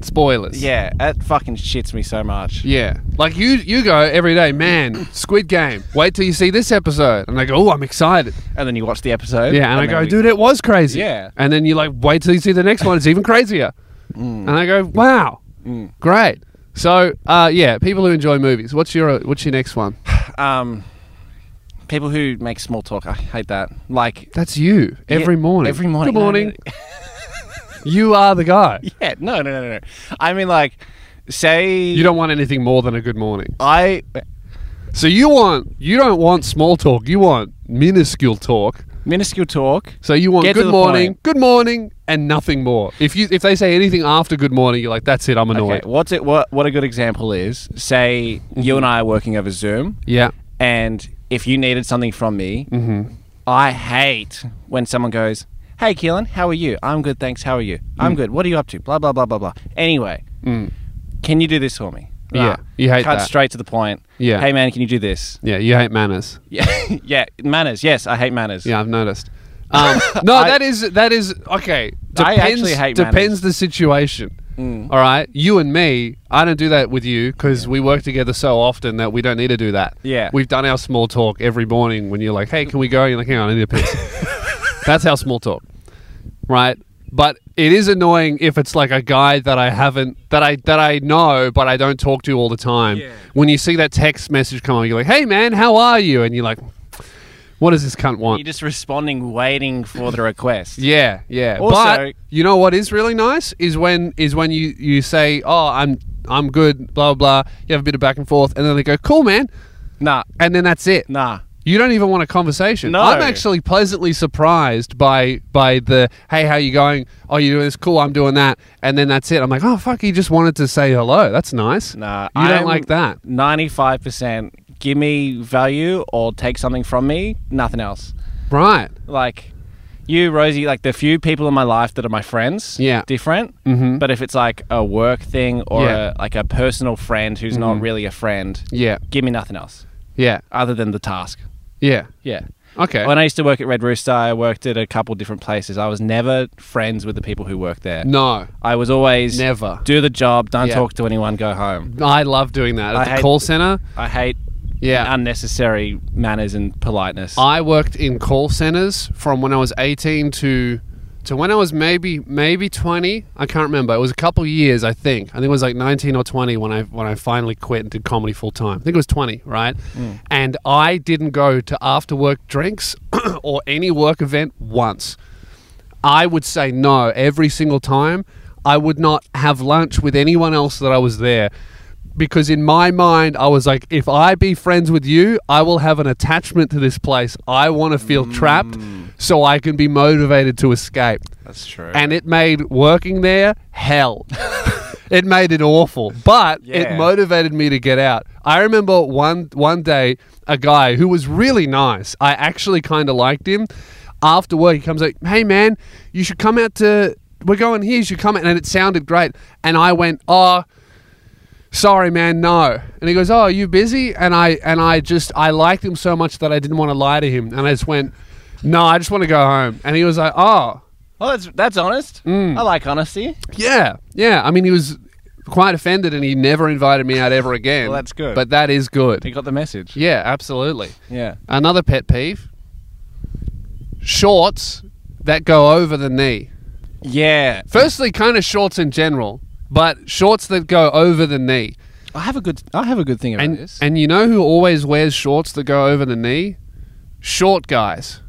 Speaker 1: spoilers.
Speaker 2: Yeah, that fucking shits me so much.
Speaker 1: Yeah. Like you you go every day, man, Squid Game. Wait till you see this episode. And I go, "Oh, I'm excited."
Speaker 2: And then you watch the episode.
Speaker 1: Yeah, and, I
Speaker 2: then
Speaker 1: go,
Speaker 2: we-
Speaker 1: dude, it was crazy.
Speaker 2: Yeah.
Speaker 1: And then you like, wait till you see the next one; it's even crazier.
Speaker 2: Mm.
Speaker 1: And I go, wow, great. So, uh, yeah, people who enjoy movies. What's your What's your next one?
Speaker 2: Um, people who make small talk, I hate that. Like,
Speaker 1: That's you every
Speaker 2: Yeah,
Speaker 1: morning.
Speaker 2: Every morning.
Speaker 1: Good
Speaker 2: no, no,
Speaker 1: morning.
Speaker 2: no.
Speaker 1: <laughs> you are the guy.
Speaker 2: <laughs> Yeah, no, no, no, no. I mean, like, say
Speaker 1: You don't want anything more than a good morning.
Speaker 2: I
Speaker 1: So you want you don't want small talk. You want minuscule talk.
Speaker 2: minuscule talk.
Speaker 1: So you want
Speaker 2: Get to
Speaker 1: good
Speaker 2: the
Speaker 1: morning,
Speaker 2: point.
Speaker 1: good morning, and nothing more. If you if they say anything after good morning, you're like, that's it. I'm
Speaker 2: Okay,
Speaker 1: annoyed. Mm-hmm.
Speaker 2: what's it? What what a good example is? Say you and I are working over Zoom,
Speaker 1: Yeah.
Speaker 2: and if you needed something from me,
Speaker 1: Mm-hmm.
Speaker 2: I hate when someone goes, "Hey, Keelan, how are you? I'm good, thanks. How are you? I'm
Speaker 1: Mm.
Speaker 2: good. What are you up to? Blah blah blah blah blah." Anyway, can you do this for me?
Speaker 1: Yeah, you hate
Speaker 2: cut
Speaker 1: that.
Speaker 2: straight to the point.
Speaker 1: Yeah.
Speaker 2: Hey man, can you do this? <laughs>
Speaker 1: Yeah. You hate manners.
Speaker 2: Yeah, yeah. Manners. Yes, I hate manners.
Speaker 1: Yeah, I've noticed. Um,
Speaker 2: <laughs>
Speaker 1: no,
Speaker 2: I-
Speaker 1: that is that is okay.
Speaker 2: I
Speaker 1: Depends,
Speaker 2: actually hate
Speaker 1: depends
Speaker 2: manners. Mm.
Speaker 1: the situation. All right, you and me, I don't do that with you because we work together so often that we don't need to do that.
Speaker 2: Yeah.
Speaker 1: we've done our small talk every morning when you're like, "Hey, can we go?" You're like, "Hang on, I need a
Speaker 2: <laughs>
Speaker 1: piss." That's our small talk, right? But it is annoying if it's like a guy that I haven't that I that I know but I don't talk to all the time. When you see that text message come on, you're like, "Hey, man, how are you?" And you're like, "What does this cunt want?"
Speaker 2: You're just responding, waiting for the request.
Speaker 1: Yeah, yeah.
Speaker 2: Also-
Speaker 1: but you know what is really nice is when is when you you say, "Oh, I'm I'm good," blah blah. blah. You have a bit of back and forth, and then they go, "Cool, man,"
Speaker 2: Nah,
Speaker 1: and then that's it.
Speaker 2: nah.
Speaker 1: You don't even want a conversation.
Speaker 2: No.
Speaker 1: I'm actually pleasantly surprised by by the hey, how you going? Oh, you doing this? Cool, I'm doing that. And then that's it. I'm like, oh fuck, he just wanted to say hello. That's nice.
Speaker 2: Nah,
Speaker 1: you
Speaker 2: I'm
Speaker 1: don't like that.
Speaker 2: 95% give me value or take something from me, nothing else.
Speaker 1: Right.
Speaker 2: Like you, Rosie, like the few people in my life that are my friends,
Speaker 1: Yeah.
Speaker 2: different.
Speaker 1: Mhm.
Speaker 2: But if it's like a work thing or
Speaker 1: Yeah. Mm-hmm.
Speaker 2: a, like a personal friend who's not really a friend,
Speaker 1: Yeah.
Speaker 2: give me nothing else
Speaker 1: Yeah.
Speaker 2: other than the task.
Speaker 1: Yeah.
Speaker 2: Yeah.
Speaker 1: Okay.
Speaker 2: When I used to work at Red Rooster, I worked at a couple different places. I was never friends with the people who worked there.
Speaker 1: no.
Speaker 2: I was always
Speaker 1: Never.
Speaker 2: do the job, don't
Speaker 1: Yeah.
Speaker 2: talk to anyone, go home.
Speaker 1: I love doing that at
Speaker 2: I
Speaker 1: the
Speaker 2: hate-
Speaker 1: call center.
Speaker 2: I hate
Speaker 1: Yeah.
Speaker 2: unnecessary manners and politeness.
Speaker 1: I worked in call centers from when I was 18 to to when I was maybe maybe 20. I can't remember. It was a couple years, I think. I think it was like 19 or 20 when I when I finally quit and did comedy full time. I think it was 20, right? And I didn't go to after work drinks <clears throat> or any work event once. I would say no every single time. I would not have lunch with anyone else that I was there. Because in my mind, I was like, if I be friends with you, I will have an attachment to this place. I want to feel trapped so I can be motivated to escape.
Speaker 2: That's true.
Speaker 1: And it made working there hell. it made it awful, but it
Speaker 2: Yeah.
Speaker 1: motivated me to get out. I remember one one day a guy who was really nice. I actually kind of liked him. After work, he comes like, "Hey man, you should come out to. We're going here. You should come." out." And it sounded great. And I went, "Oh." sorry man no and he goes oh are you busy and i and i just i liked him so much that i didn't want to lie to him and i just went no i just want to go home and he was like oh
Speaker 2: well, that's that's honest.
Speaker 1: Mm.
Speaker 2: I like honesty.
Speaker 1: yeah yeah i mean he was quite offended and he never invited me out ever again
Speaker 2: <laughs> Well, that's good.
Speaker 1: but that is
Speaker 2: You
Speaker 1: good
Speaker 2: got the message.
Speaker 1: yeah absolutely
Speaker 2: Yeah.
Speaker 1: another pet peeve shorts that go over the knee
Speaker 2: Yeah.
Speaker 1: firstly kind of shorts in general but shorts that go over the knee
Speaker 2: I have a good I have a good thing about
Speaker 1: And
Speaker 2: this.
Speaker 1: and you know who always wears shorts that go over the knee? Short guys.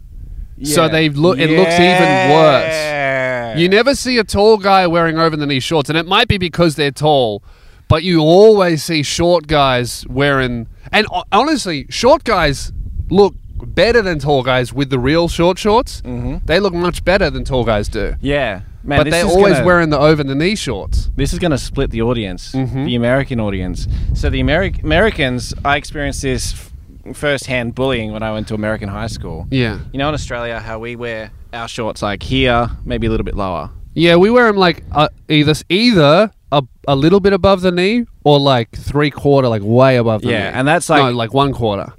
Speaker 1: So they look. It looks even worse. You never see a tall guy wearing over the knee shorts, and it might be because they're tall, but you always see short guys wearing. And ho- honestly, short guys look better than tall guys with the real short shorts. Mm-hmm. They look much better than tall guys do.
Speaker 2: Yeah. Man,
Speaker 1: but
Speaker 2: this
Speaker 1: they're
Speaker 2: is
Speaker 1: always
Speaker 2: gonna-
Speaker 1: wearing the over the knee shorts.
Speaker 2: this is going to split the audience,
Speaker 1: Mm-hmm.
Speaker 2: the American audience. So the Ameri- Americans, I experienced this f- firsthand bullying when I went to American high school.
Speaker 1: Yeah.
Speaker 2: You know, in Australia, how we wear our shorts like here, maybe a little bit lower. <laughs>
Speaker 1: Yeah, we wear them like uh, either either a, a little bit above the knee or like three quarter, like way above the knee.
Speaker 2: Yeah, and that's like-
Speaker 1: no, like one quarter.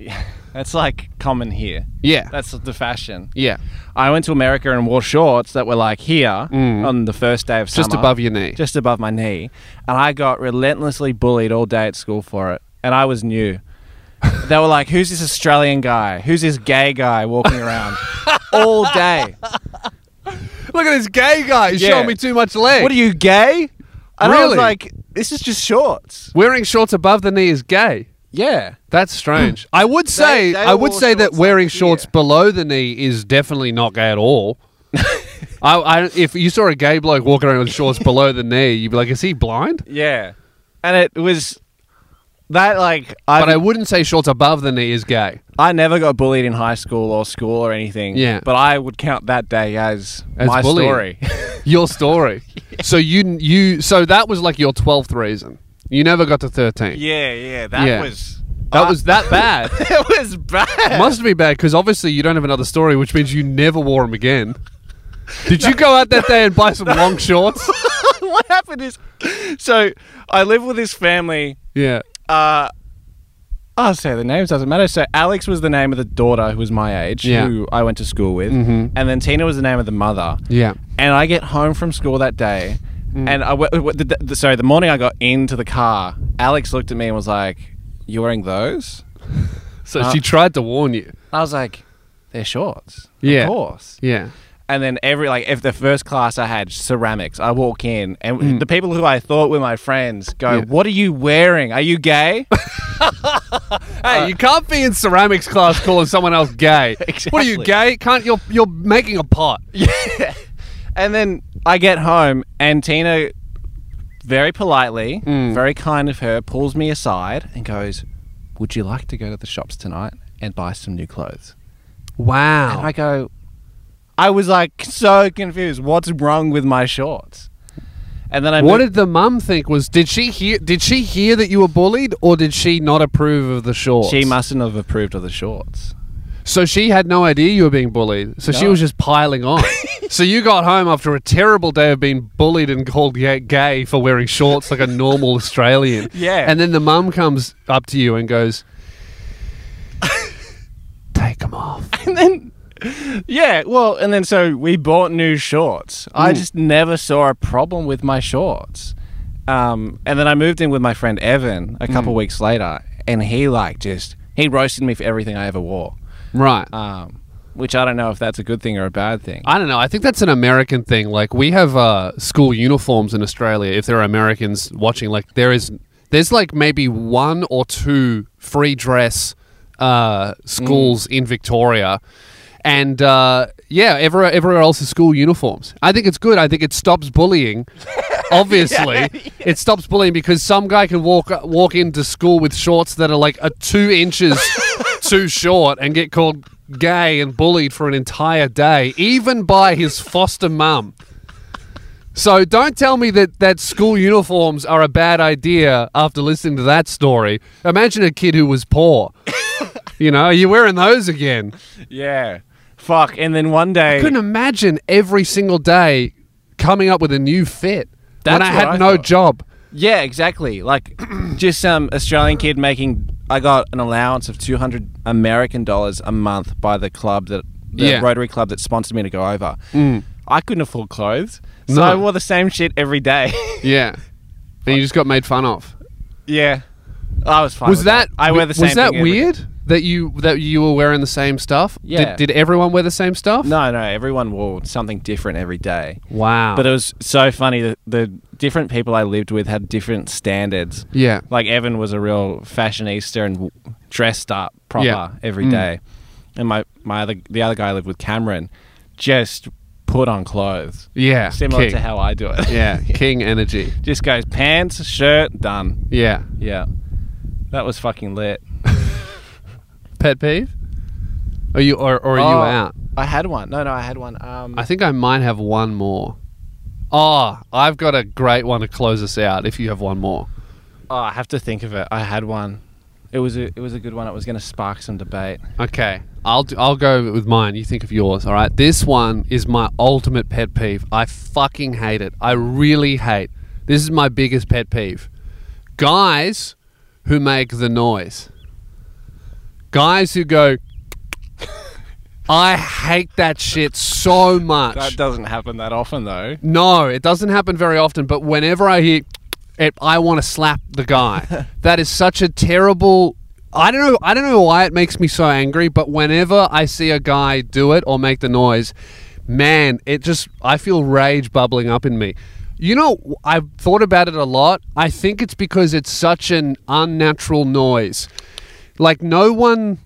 Speaker 2: That's like common here.
Speaker 1: Yeah,
Speaker 2: That's the fashion.
Speaker 1: yeah,
Speaker 2: I went to America and wore shorts that were like here on the first day of summer,
Speaker 1: Mm. just above your knee.
Speaker 2: just above my knee, and I got relentlessly bullied all day at school for it, and I
Speaker 1: <laughs>
Speaker 2: was new. they were like, "Who's this Australian guy? Who's this gay guy walking around all
Speaker 1: <laughs>
Speaker 2: day?
Speaker 1: Look at this gay guy. He's
Speaker 2: Yeah.
Speaker 1: showing me too much leg.
Speaker 2: What are you gay?" And I
Speaker 1: Really?
Speaker 2: was like, "This is just shorts."
Speaker 1: Wearing shorts above the knee is gay.
Speaker 2: Yeah,
Speaker 1: That's strange. I would say
Speaker 2: they
Speaker 1: I would
Speaker 2: wore
Speaker 1: say that
Speaker 2: shorts
Speaker 1: wearing
Speaker 2: up here.
Speaker 1: shorts below the knee is definitely not gay at
Speaker 2: <laughs>
Speaker 1: all. I, I, if you saw a gay bloke walking around with shorts below the knee, you'd be like, "Is he blind?"
Speaker 2: yeah, and it was that like
Speaker 1: But
Speaker 2: I
Speaker 1: I wouldn't say shorts above the knee is gay.
Speaker 2: I never got bullied in high school or school or anything.
Speaker 1: Yeah.
Speaker 2: But I would count that day as,
Speaker 1: As
Speaker 2: my
Speaker 1: bullying. <laughs>
Speaker 2: story. <laughs>
Speaker 1: Your story. So you you so that was like your twelfth reason. You never got to thirteen.
Speaker 2: yeah, yeah. That
Speaker 1: Yeah.
Speaker 2: was
Speaker 1: That was that bad.
Speaker 2: <laughs> that was bad.
Speaker 1: Must be bad because obviously you don't have another story, which means you never wore them again. Did you go out that day and
Speaker 2: <laughs>
Speaker 1: buy some long shorts?
Speaker 2: what happened is so I live with this family.
Speaker 1: Yeah.
Speaker 2: Uh I'll say the names doesn't matter. So Alex was the name of the daughter who was my age,
Speaker 1: Yeah. Mm-hmm.
Speaker 2: who I went to school with, and then Tina was the name of the mother.
Speaker 1: Yeah.
Speaker 2: And I get home from school that day,
Speaker 1: Mm.
Speaker 2: and I w- w- the, the, sorry, the morning I got into the car, Alex looked at me and was like, "You're wearing those?"
Speaker 1: So she tried to warn you.
Speaker 2: I was like, "They're shorts,
Speaker 1: Yeah.
Speaker 2: of course."
Speaker 1: Yeah.
Speaker 2: And then every like, if the first class I had ceramics, I walk in and the people who I thought were my friends go,
Speaker 1: Hmm. Yeah.
Speaker 2: "What are you wearing? Are you
Speaker 1: <laughs>
Speaker 2: gay?" Uh,
Speaker 1: Hey, you can't be in ceramics class calling someone else gay. What are you
Speaker 2: <laughs> Exactly.
Speaker 1: gay? Can't you're you're making a pot.
Speaker 2: and then I get home and Tina, very politely,
Speaker 1: Hmm.
Speaker 2: very kind of her, pulls me aside and goes, "Would you like to go to the shops tonight and buy some new clothes.
Speaker 1: Wow.
Speaker 2: And I go, I was like so confused. What's wrong with my shorts? And then I
Speaker 1: what
Speaker 2: moved-
Speaker 1: did the mum think was did she hear did she hear that you were bullied or did she not approve of the shorts?
Speaker 2: she mustn't have approved of the shorts.
Speaker 1: So she had no idea you were being bullied. So she
Speaker 2: No.
Speaker 1: was just piling
Speaker 2: <laughs>
Speaker 1: on. so you got home after a terrible day of being bullied and called ga- gay for wearing shorts like a normal Australian.
Speaker 2: <laughs> Yeah.
Speaker 1: And then the mum comes up to you and
Speaker 2: <laughs>
Speaker 1: goes, "Take them off."
Speaker 2: <laughs> And then yeah, well, and then so we bought new shorts. I
Speaker 1: Mm.
Speaker 2: just never saw a problem with my shorts. Um, and then I moved in with my friend Evan
Speaker 1: Mm.
Speaker 2: a couple weeks later, and he like just he roasted me for everything I ever wore.
Speaker 1: Right.
Speaker 2: Um, which I don't know if that's a good thing or a bad thing.
Speaker 1: I don't know. I think that's an American thing. Like we have uh, school uniforms in Australia. If there are Americans watching, like there is, there's like maybe one or two free dress uh, schools in Victoria, and uh, yeah, everywhere everywhere else is school uniforms. I think it's good. I think it stops bullying. Obviously, it stops bullying because some guy can walk walk into school with shorts that are like a two inches too short and get called gay and bullied for an entire day, even by
Speaker 2: <laughs>
Speaker 1: his foster mum. So don't tell me that, that school uniforms are a bad idea after listening to that story. Imagine a kid who was
Speaker 2: <laughs>
Speaker 1: poor. you know, are you wearing those again?
Speaker 2: Yeah. Fuck. And then one day,
Speaker 1: couldn't imagine every single day coming up with a new fit when
Speaker 2: That's
Speaker 1: I
Speaker 2: what
Speaker 1: had
Speaker 2: I
Speaker 1: no
Speaker 2: thought.
Speaker 1: job.
Speaker 2: yeah, exactly. Like, <clears throat> just some Australian kid making. I got an allowance of two hundred American dollars a month by the club that the
Speaker 1: Yeah. Mm.
Speaker 2: Rotary Club that sponsored me to go over. I couldn't afford clothes, so
Speaker 1: No.
Speaker 2: I wore the same shit every day. <laughs>
Speaker 1: Yeah. And you just got made fun of.
Speaker 2: yeah, I was fine.
Speaker 1: was
Speaker 2: with
Speaker 1: that
Speaker 2: I wear the same.
Speaker 1: was that
Speaker 2: thing every-
Speaker 1: weird that you that you were wearing the same stuff?
Speaker 2: Yeah.
Speaker 1: Did, did everyone wear the same stuff?
Speaker 2: No, no. Everyone wore something different every day.
Speaker 1: Wow.
Speaker 2: But it was so funny that the different people I lived with had different standards.
Speaker 1: yeah.
Speaker 2: like Evan was a real fashionista and w- dressed up proper
Speaker 1: Yeah. Mm.
Speaker 2: every day, and my my other the other guy I lived with Cameron just put on clothes
Speaker 1: Yeah.
Speaker 2: similar
Speaker 1: king.
Speaker 2: to how I do it. <laughs>
Speaker 1: Yeah. King energy.
Speaker 2: just goes pants, shirt, done.
Speaker 1: Yeah.
Speaker 2: Yeah, that was fucking lit.
Speaker 1: Pet peeve? Are you or, or are
Speaker 2: Oh,
Speaker 1: you out?
Speaker 2: I had one. No, no, I had one. Um,
Speaker 1: I think I might have one more. Oh, I've got a great one to close us out if you have one more.
Speaker 2: oh, I have to think of it. I had one. It was a it was a good one. It was going to spark some debate.
Speaker 1: Okay, I'll do, I'll go with mine. You think of yours, all right? This one is my ultimate pet peeve. I fucking hate it. I really hate. This is my biggest pet peeve. Guys who make the noise. Guys who go. <laughs> I hate that shit so much.
Speaker 2: That doesn't happen that often though.
Speaker 1: No, it doesn't happen very often, but whenever I hear it, I want to slap the guy. that is such a terrible I don't know I don't know why it makes me so angry, but whenever I see a guy do it or make the noise, man, it just I feel rage bubbling up in me. You know, I've thought about it a lot. I think it's because it's such an unnatural noise. Like no one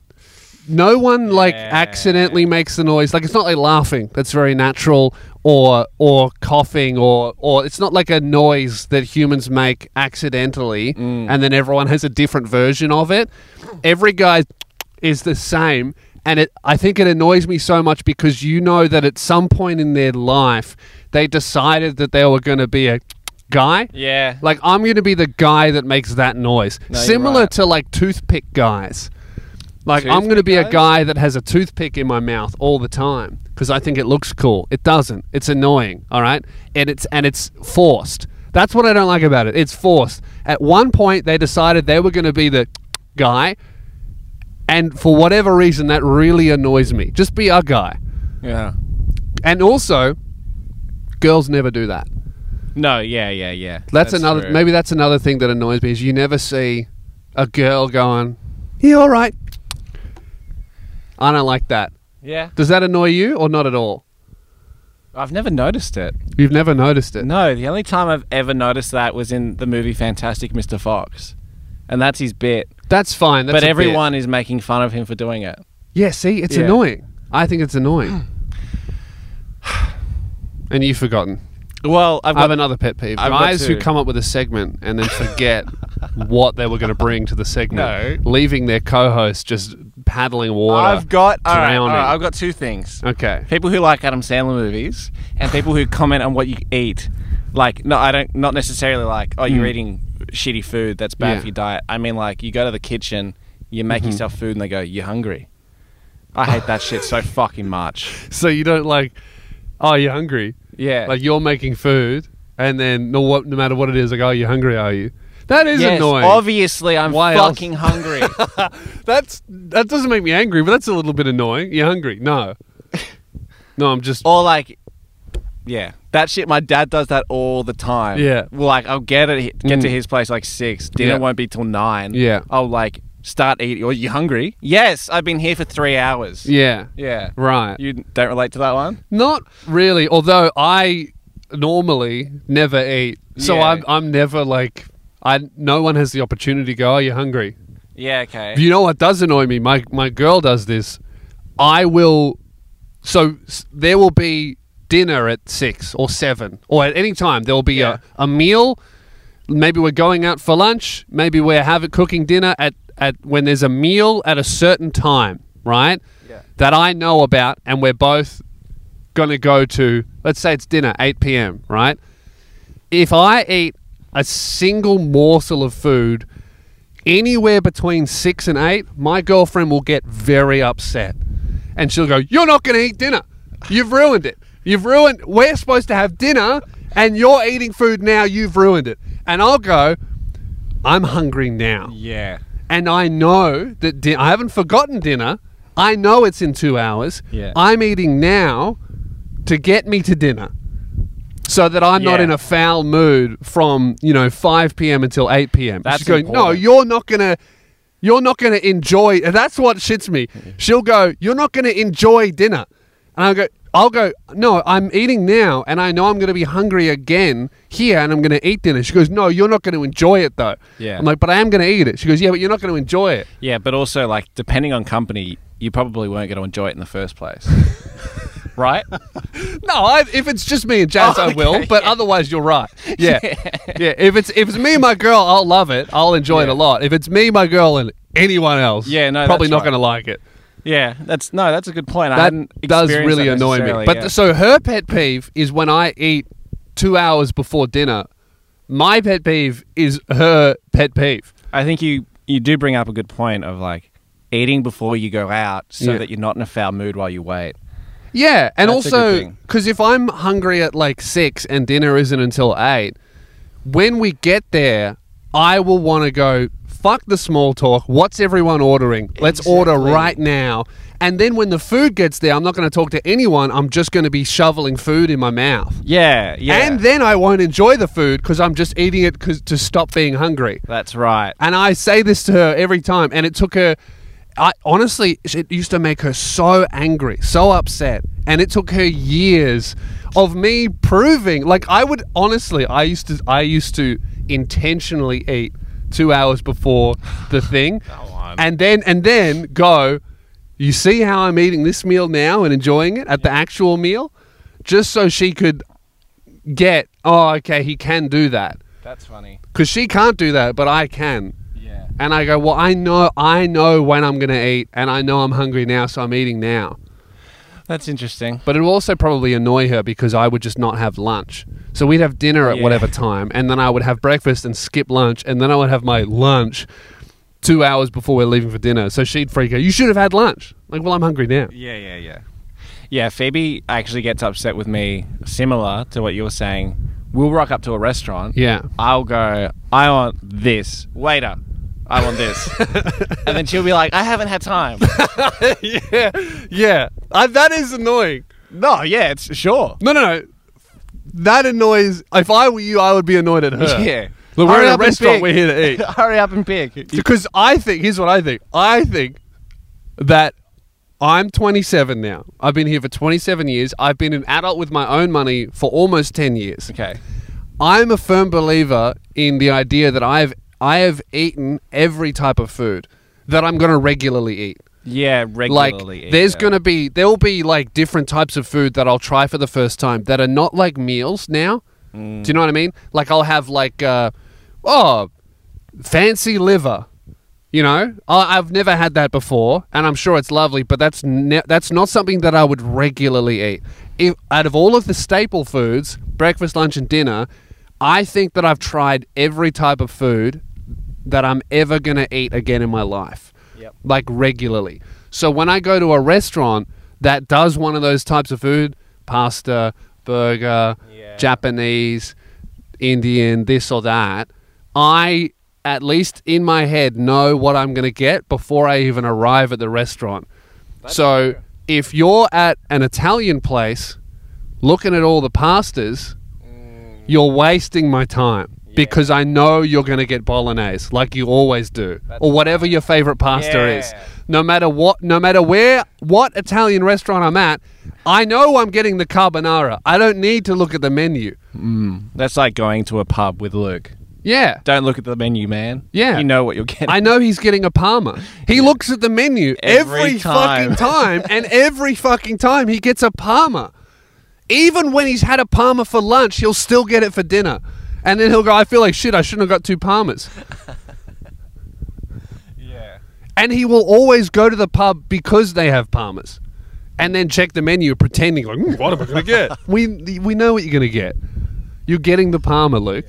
Speaker 1: no one like accidentally makes the noise. Like it's not like laughing. That's very natural or or coughing or or it's not like a noise that humans make accidentally and then everyone has a different version of it. Every guy is the same and it I think it annoys me so much because you know that at some point in their life they decided that they were going to be a guy.
Speaker 2: Yeah.
Speaker 1: Like I'm going to be the guy that makes that noise.
Speaker 2: you're
Speaker 1: Similar
Speaker 2: right.
Speaker 1: to like toothpick guys. Like I'm going to
Speaker 2: Toothpick
Speaker 1: be a
Speaker 2: guys?
Speaker 1: guy that has a toothpick in my mouth all the time because I think it looks cool. It doesn't. It's annoying, all right? And it's and it's forced. That's what I don't like about it. It's forced. At one point they decided they were going to be the guy and for whatever reason that really annoys me. Just be a guy.
Speaker 2: Yeah.
Speaker 1: And also girls never do that.
Speaker 2: No. Yeah. Yeah. Yeah.
Speaker 1: That's, another.
Speaker 2: true.
Speaker 1: Maybe that's another thing that annoys me is you never see a girl going, "Yeah, all right." I don't like that.
Speaker 2: Yeah.
Speaker 1: Does that annoy you or not at all?
Speaker 2: I've never noticed it.
Speaker 1: You've never noticed it.
Speaker 2: No, the only time I've ever noticed that was in the movie Fantastic Mr. Fox. And that's his bit.
Speaker 1: That's fine. That's
Speaker 2: but
Speaker 1: a bit-
Speaker 2: everyone is making fun of him for doing it.
Speaker 1: Yeah. See, it's
Speaker 2: Yeah. <sighs>
Speaker 1: annoying. I think it's annoying. and you've forgotten.
Speaker 2: Well, I've
Speaker 1: I
Speaker 2: got
Speaker 1: have another pet peeve.
Speaker 2: I've got
Speaker 1: Guys who
Speaker 2: two.
Speaker 1: come up with a segment and then
Speaker 2: <laughs>
Speaker 1: forget what they were going to bring to the segment, leaving their co-host just paddling water.
Speaker 2: I've got all right, all
Speaker 1: drowning.
Speaker 2: right, I've got two things.
Speaker 1: okay.
Speaker 2: People who like Adam Sandler movies and people who comment on what you eat. Like, no, I don't. Not necessarily like, oh, you're eating shitty food that's
Speaker 1: Hmm.
Speaker 2: bad
Speaker 1: Yeah. Mm-hmm.
Speaker 2: for your diet. I mean, like, you go to the kitchen, you make yourself food, and they go, "You're hungry." I hate that shit so fucking much.
Speaker 1: So you don't like? Oh, you're hungry?
Speaker 2: Yeah,
Speaker 1: Like you're making food, and then no, what, no matter what it is, like, oh, you're hungry, are you? That is
Speaker 2: yes,
Speaker 1: annoying.
Speaker 2: Obviously, I'm
Speaker 1: Why else?
Speaker 2: fucking <laughs> hungry.
Speaker 1: that's that doesn't make me angry, but that's a little bit annoying. You're hungry? No. No, I'm just.
Speaker 2: or like yeah that shit my dad does that all the time
Speaker 1: Yeah.
Speaker 2: well like i'll get it get to
Speaker 1: Mm.
Speaker 2: his place like six dinner
Speaker 1: Yeah.
Speaker 2: won't be till nine
Speaker 1: Yeah.
Speaker 2: i'll like start eating or you hungry yes i've been here for three hours
Speaker 1: Yeah.
Speaker 2: yeah
Speaker 1: Right.
Speaker 2: you don't relate to that one
Speaker 1: Not really. Although I normally never eat, so
Speaker 2: Yeah.
Speaker 1: I'm I'm never like I. No one has the opportunity to go. Are you hungry?
Speaker 2: yeah okay
Speaker 1: You know what does annoy me? My my girl does this. I will. So s- there will be dinner at six or seven or at any time. There will be
Speaker 2: Yeah.
Speaker 1: a, a meal. Maybe we're going out for lunch. Maybe we're having cooking dinner at, at when there's a meal at a certain time, right?
Speaker 2: Yeah.
Speaker 1: That I know about, and we're both gonna go to. Let's say it's dinner, eight p.m. Right? if I eat a single morsel of food anywhere between six and eight, my girlfriend will get very upset. And she'll go, You're not going to eat dinner. You've ruined it. You've ruined, we're supposed to have dinner and you're eating food now. You've ruined it. And I'll go, I'm hungry now.
Speaker 2: yeah
Speaker 1: And I know that di- I haven't forgotten dinner. I know it's in two hours.
Speaker 2: Yeah.
Speaker 1: I'm eating now to get me to dinner so that I'm not
Speaker 2: Yeah.
Speaker 1: in a foul mood from you know 5 p.m. until 8 p.m.
Speaker 2: That's
Speaker 1: She's going, no,
Speaker 2: important.
Speaker 1: you're not gonna, you're not gonna enjoy. And that's what shits me. She'll go, you're not gonna enjoy dinner, and I'll go. I'll go, no, I'm eating now and I know I'm going to be hungry again here and I'm going to eat dinner. She goes, no, you're not going to enjoy it though.
Speaker 2: Yeah.
Speaker 1: I'm like, but I am going to eat it. She goes, yeah, but you're not going to enjoy it.
Speaker 2: yeah but also like depending on company you probably weren't going to enjoy it in the
Speaker 1: <laughs>
Speaker 2: first place right
Speaker 1: No, I, if it's just me and Jazz,
Speaker 2: Oh,
Speaker 1: I will.
Speaker 2: okay,
Speaker 1: But otherwise, you're
Speaker 2: <laughs>
Speaker 1: right. Yeah. yeah, If it's if it's me and my girl, I'll love it. I'll enjoy it a
Speaker 2: Yeah.
Speaker 1: lot. If it's me, my girl, and anyone else,
Speaker 2: Yeah, no,
Speaker 1: probably
Speaker 2: that's
Speaker 1: not
Speaker 2: right.
Speaker 1: going to like it.
Speaker 2: yeah that's no that's a good point i
Speaker 1: That
Speaker 2: hadn't
Speaker 1: does
Speaker 2: experienced
Speaker 1: really
Speaker 2: that
Speaker 1: annoy me.
Speaker 2: necessarily,
Speaker 1: But
Speaker 2: yeah.
Speaker 1: th- so her pet peeve is when I eat two hours before dinner. My pet peeve is her pet peeve.
Speaker 2: I think you you do bring up a good point of like eating before you go out so
Speaker 1: Yeah.
Speaker 2: that you're not in a foul mood while you wait.
Speaker 1: Yeah, and
Speaker 2: That's a good
Speaker 1: also
Speaker 2: thing.
Speaker 1: because if I'm hungry at like six and dinner isn't until eight, when we get there, I will want to go. Fuck the small talk. What's everyone ordering? Let's order
Speaker 2: Exactly.
Speaker 1: right now. And then when the food gets there, I'm not going to talk to anyone. I'm just going to be shoveling food in my mouth.
Speaker 2: Yeah, yeah.
Speaker 1: And then I won't enjoy the food because I'm just eating it 'cause- to stop being hungry.
Speaker 2: that's right.
Speaker 1: And I say this to her every time, and it took her. I honestly, it used to make her so angry, so upset, and it took her years of me proving. Like I would honestly, I used to, I used to intentionally eat two hours before the thing,
Speaker 2: on.
Speaker 1: and then and then go. You see how I'm eating this meal now and enjoying it at the actual meal, just so she could get. Oh, okay, he can do that
Speaker 2: That's funny.
Speaker 1: because she can't do that, but I can.
Speaker 2: Yeah.
Speaker 1: And I go, well, I know, I know when I'm going to eat, and I know I'm hungry now, so I'm eating now.
Speaker 2: That's interesting.
Speaker 1: But it'll also probably annoy her because I would just not have lunch. So we'd have dinner at
Speaker 2: Yeah.
Speaker 1: whatever time, and then I would have breakfast and skip lunch, and then I would have my lunch two hours before we're leaving for dinner. So she'd freak out. You should have had lunch. Like, well, I'm hungry now.
Speaker 2: Yeah, yeah, yeah. Yeah, Phoebe actually gets upset with me similar to what you were saying. We'll rock up to a restaurant.
Speaker 1: Yeah.
Speaker 2: I'll go, I want this. Waiter, I
Speaker 1: <laughs>
Speaker 2: want this. and then she'll be like, I haven't had time.
Speaker 1: <laughs> yeah, yeah. I, that is annoying.
Speaker 2: no, yeah, it's sure.
Speaker 1: No, no, no. That annoys. If I were you, I would be annoyed at her.
Speaker 2: Yeah.
Speaker 1: Look, we're
Speaker 2: Hurry
Speaker 1: in a
Speaker 2: up and
Speaker 1: restaurant.
Speaker 2: pick.
Speaker 1: We're here <laughs> to eat.
Speaker 2: <laughs> Hurry up and pick.
Speaker 1: Because I think here's what I think. I think that I'm 27 now. I've been here for 27 years. I've been an adult with my own money for almost 10 years.
Speaker 2: Okay.
Speaker 1: I'm a firm believer in the idea that I've I have eaten every type of food that I'm going to regularly eat.
Speaker 2: Yeah,
Speaker 1: Like
Speaker 2: regularly. eat
Speaker 1: there's
Speaker 2: them.
Speaker 1: going to be there'll be like different types of food that I'll try for the first time that are not like meals now. Do you know what I mean? Like I'll have like, uh, oh, fancy liver. You know, I, I've never had that before, and I'm sure it's lovely, but that's ne- that's not something that I would regularly eat. If out of all of the staple foods, breakfast, lunch, and dinner, I think that I've tried every type of food that I'm ever gonna eat again in my life
Speaker 2: Yep.
Speaker 1: like regularly. So when I go to a restaurant that does one of those types of food, pasta, burger,
Speaker 2: Yeah.
Speaker 1: Japanese, Indian, this or that, I at least in my head know what I'm going to get before I even arrive at the restaurant. so if you're at an Italian place looking at all the pastas, you're wasting my time because I know you're going to get bolognese like you always do or whatever your favorite pasta is.
Speaker 2: Yeah.
Speaker 1: No matter what, no matter where, what Italian restaurant I'm at, I know I'm getting the carbonara. I don't need to look at the menu.
Speaker 2: That's like going to a pub with Luke.
Speaker 1: Yeah.
Speaker 2: Don't look at the menu, man.
Speaker 1: Yeah.
Speaker 2: You know what you're getting.
Speaker 1: I know he's getting a Palmer. He looks at the menu every,
Speaker 2: Every
Speaker 1: fucking time, <laughs> and every fucking time he gets a Palmer. Even when he's had a Palmer for lunch, he'll still get it for dinner. And then he'll go, I feel like shit, I shouldn't have got two Palmers.
Speaker 3: Yeah.
Speaker 1: And he will always go to the pub because they have Palmers. And then check the menu pretending, like, "Mm, what am I going to <laughs> get? we, we know what you're going to get. You're getting the Palmer, Luke.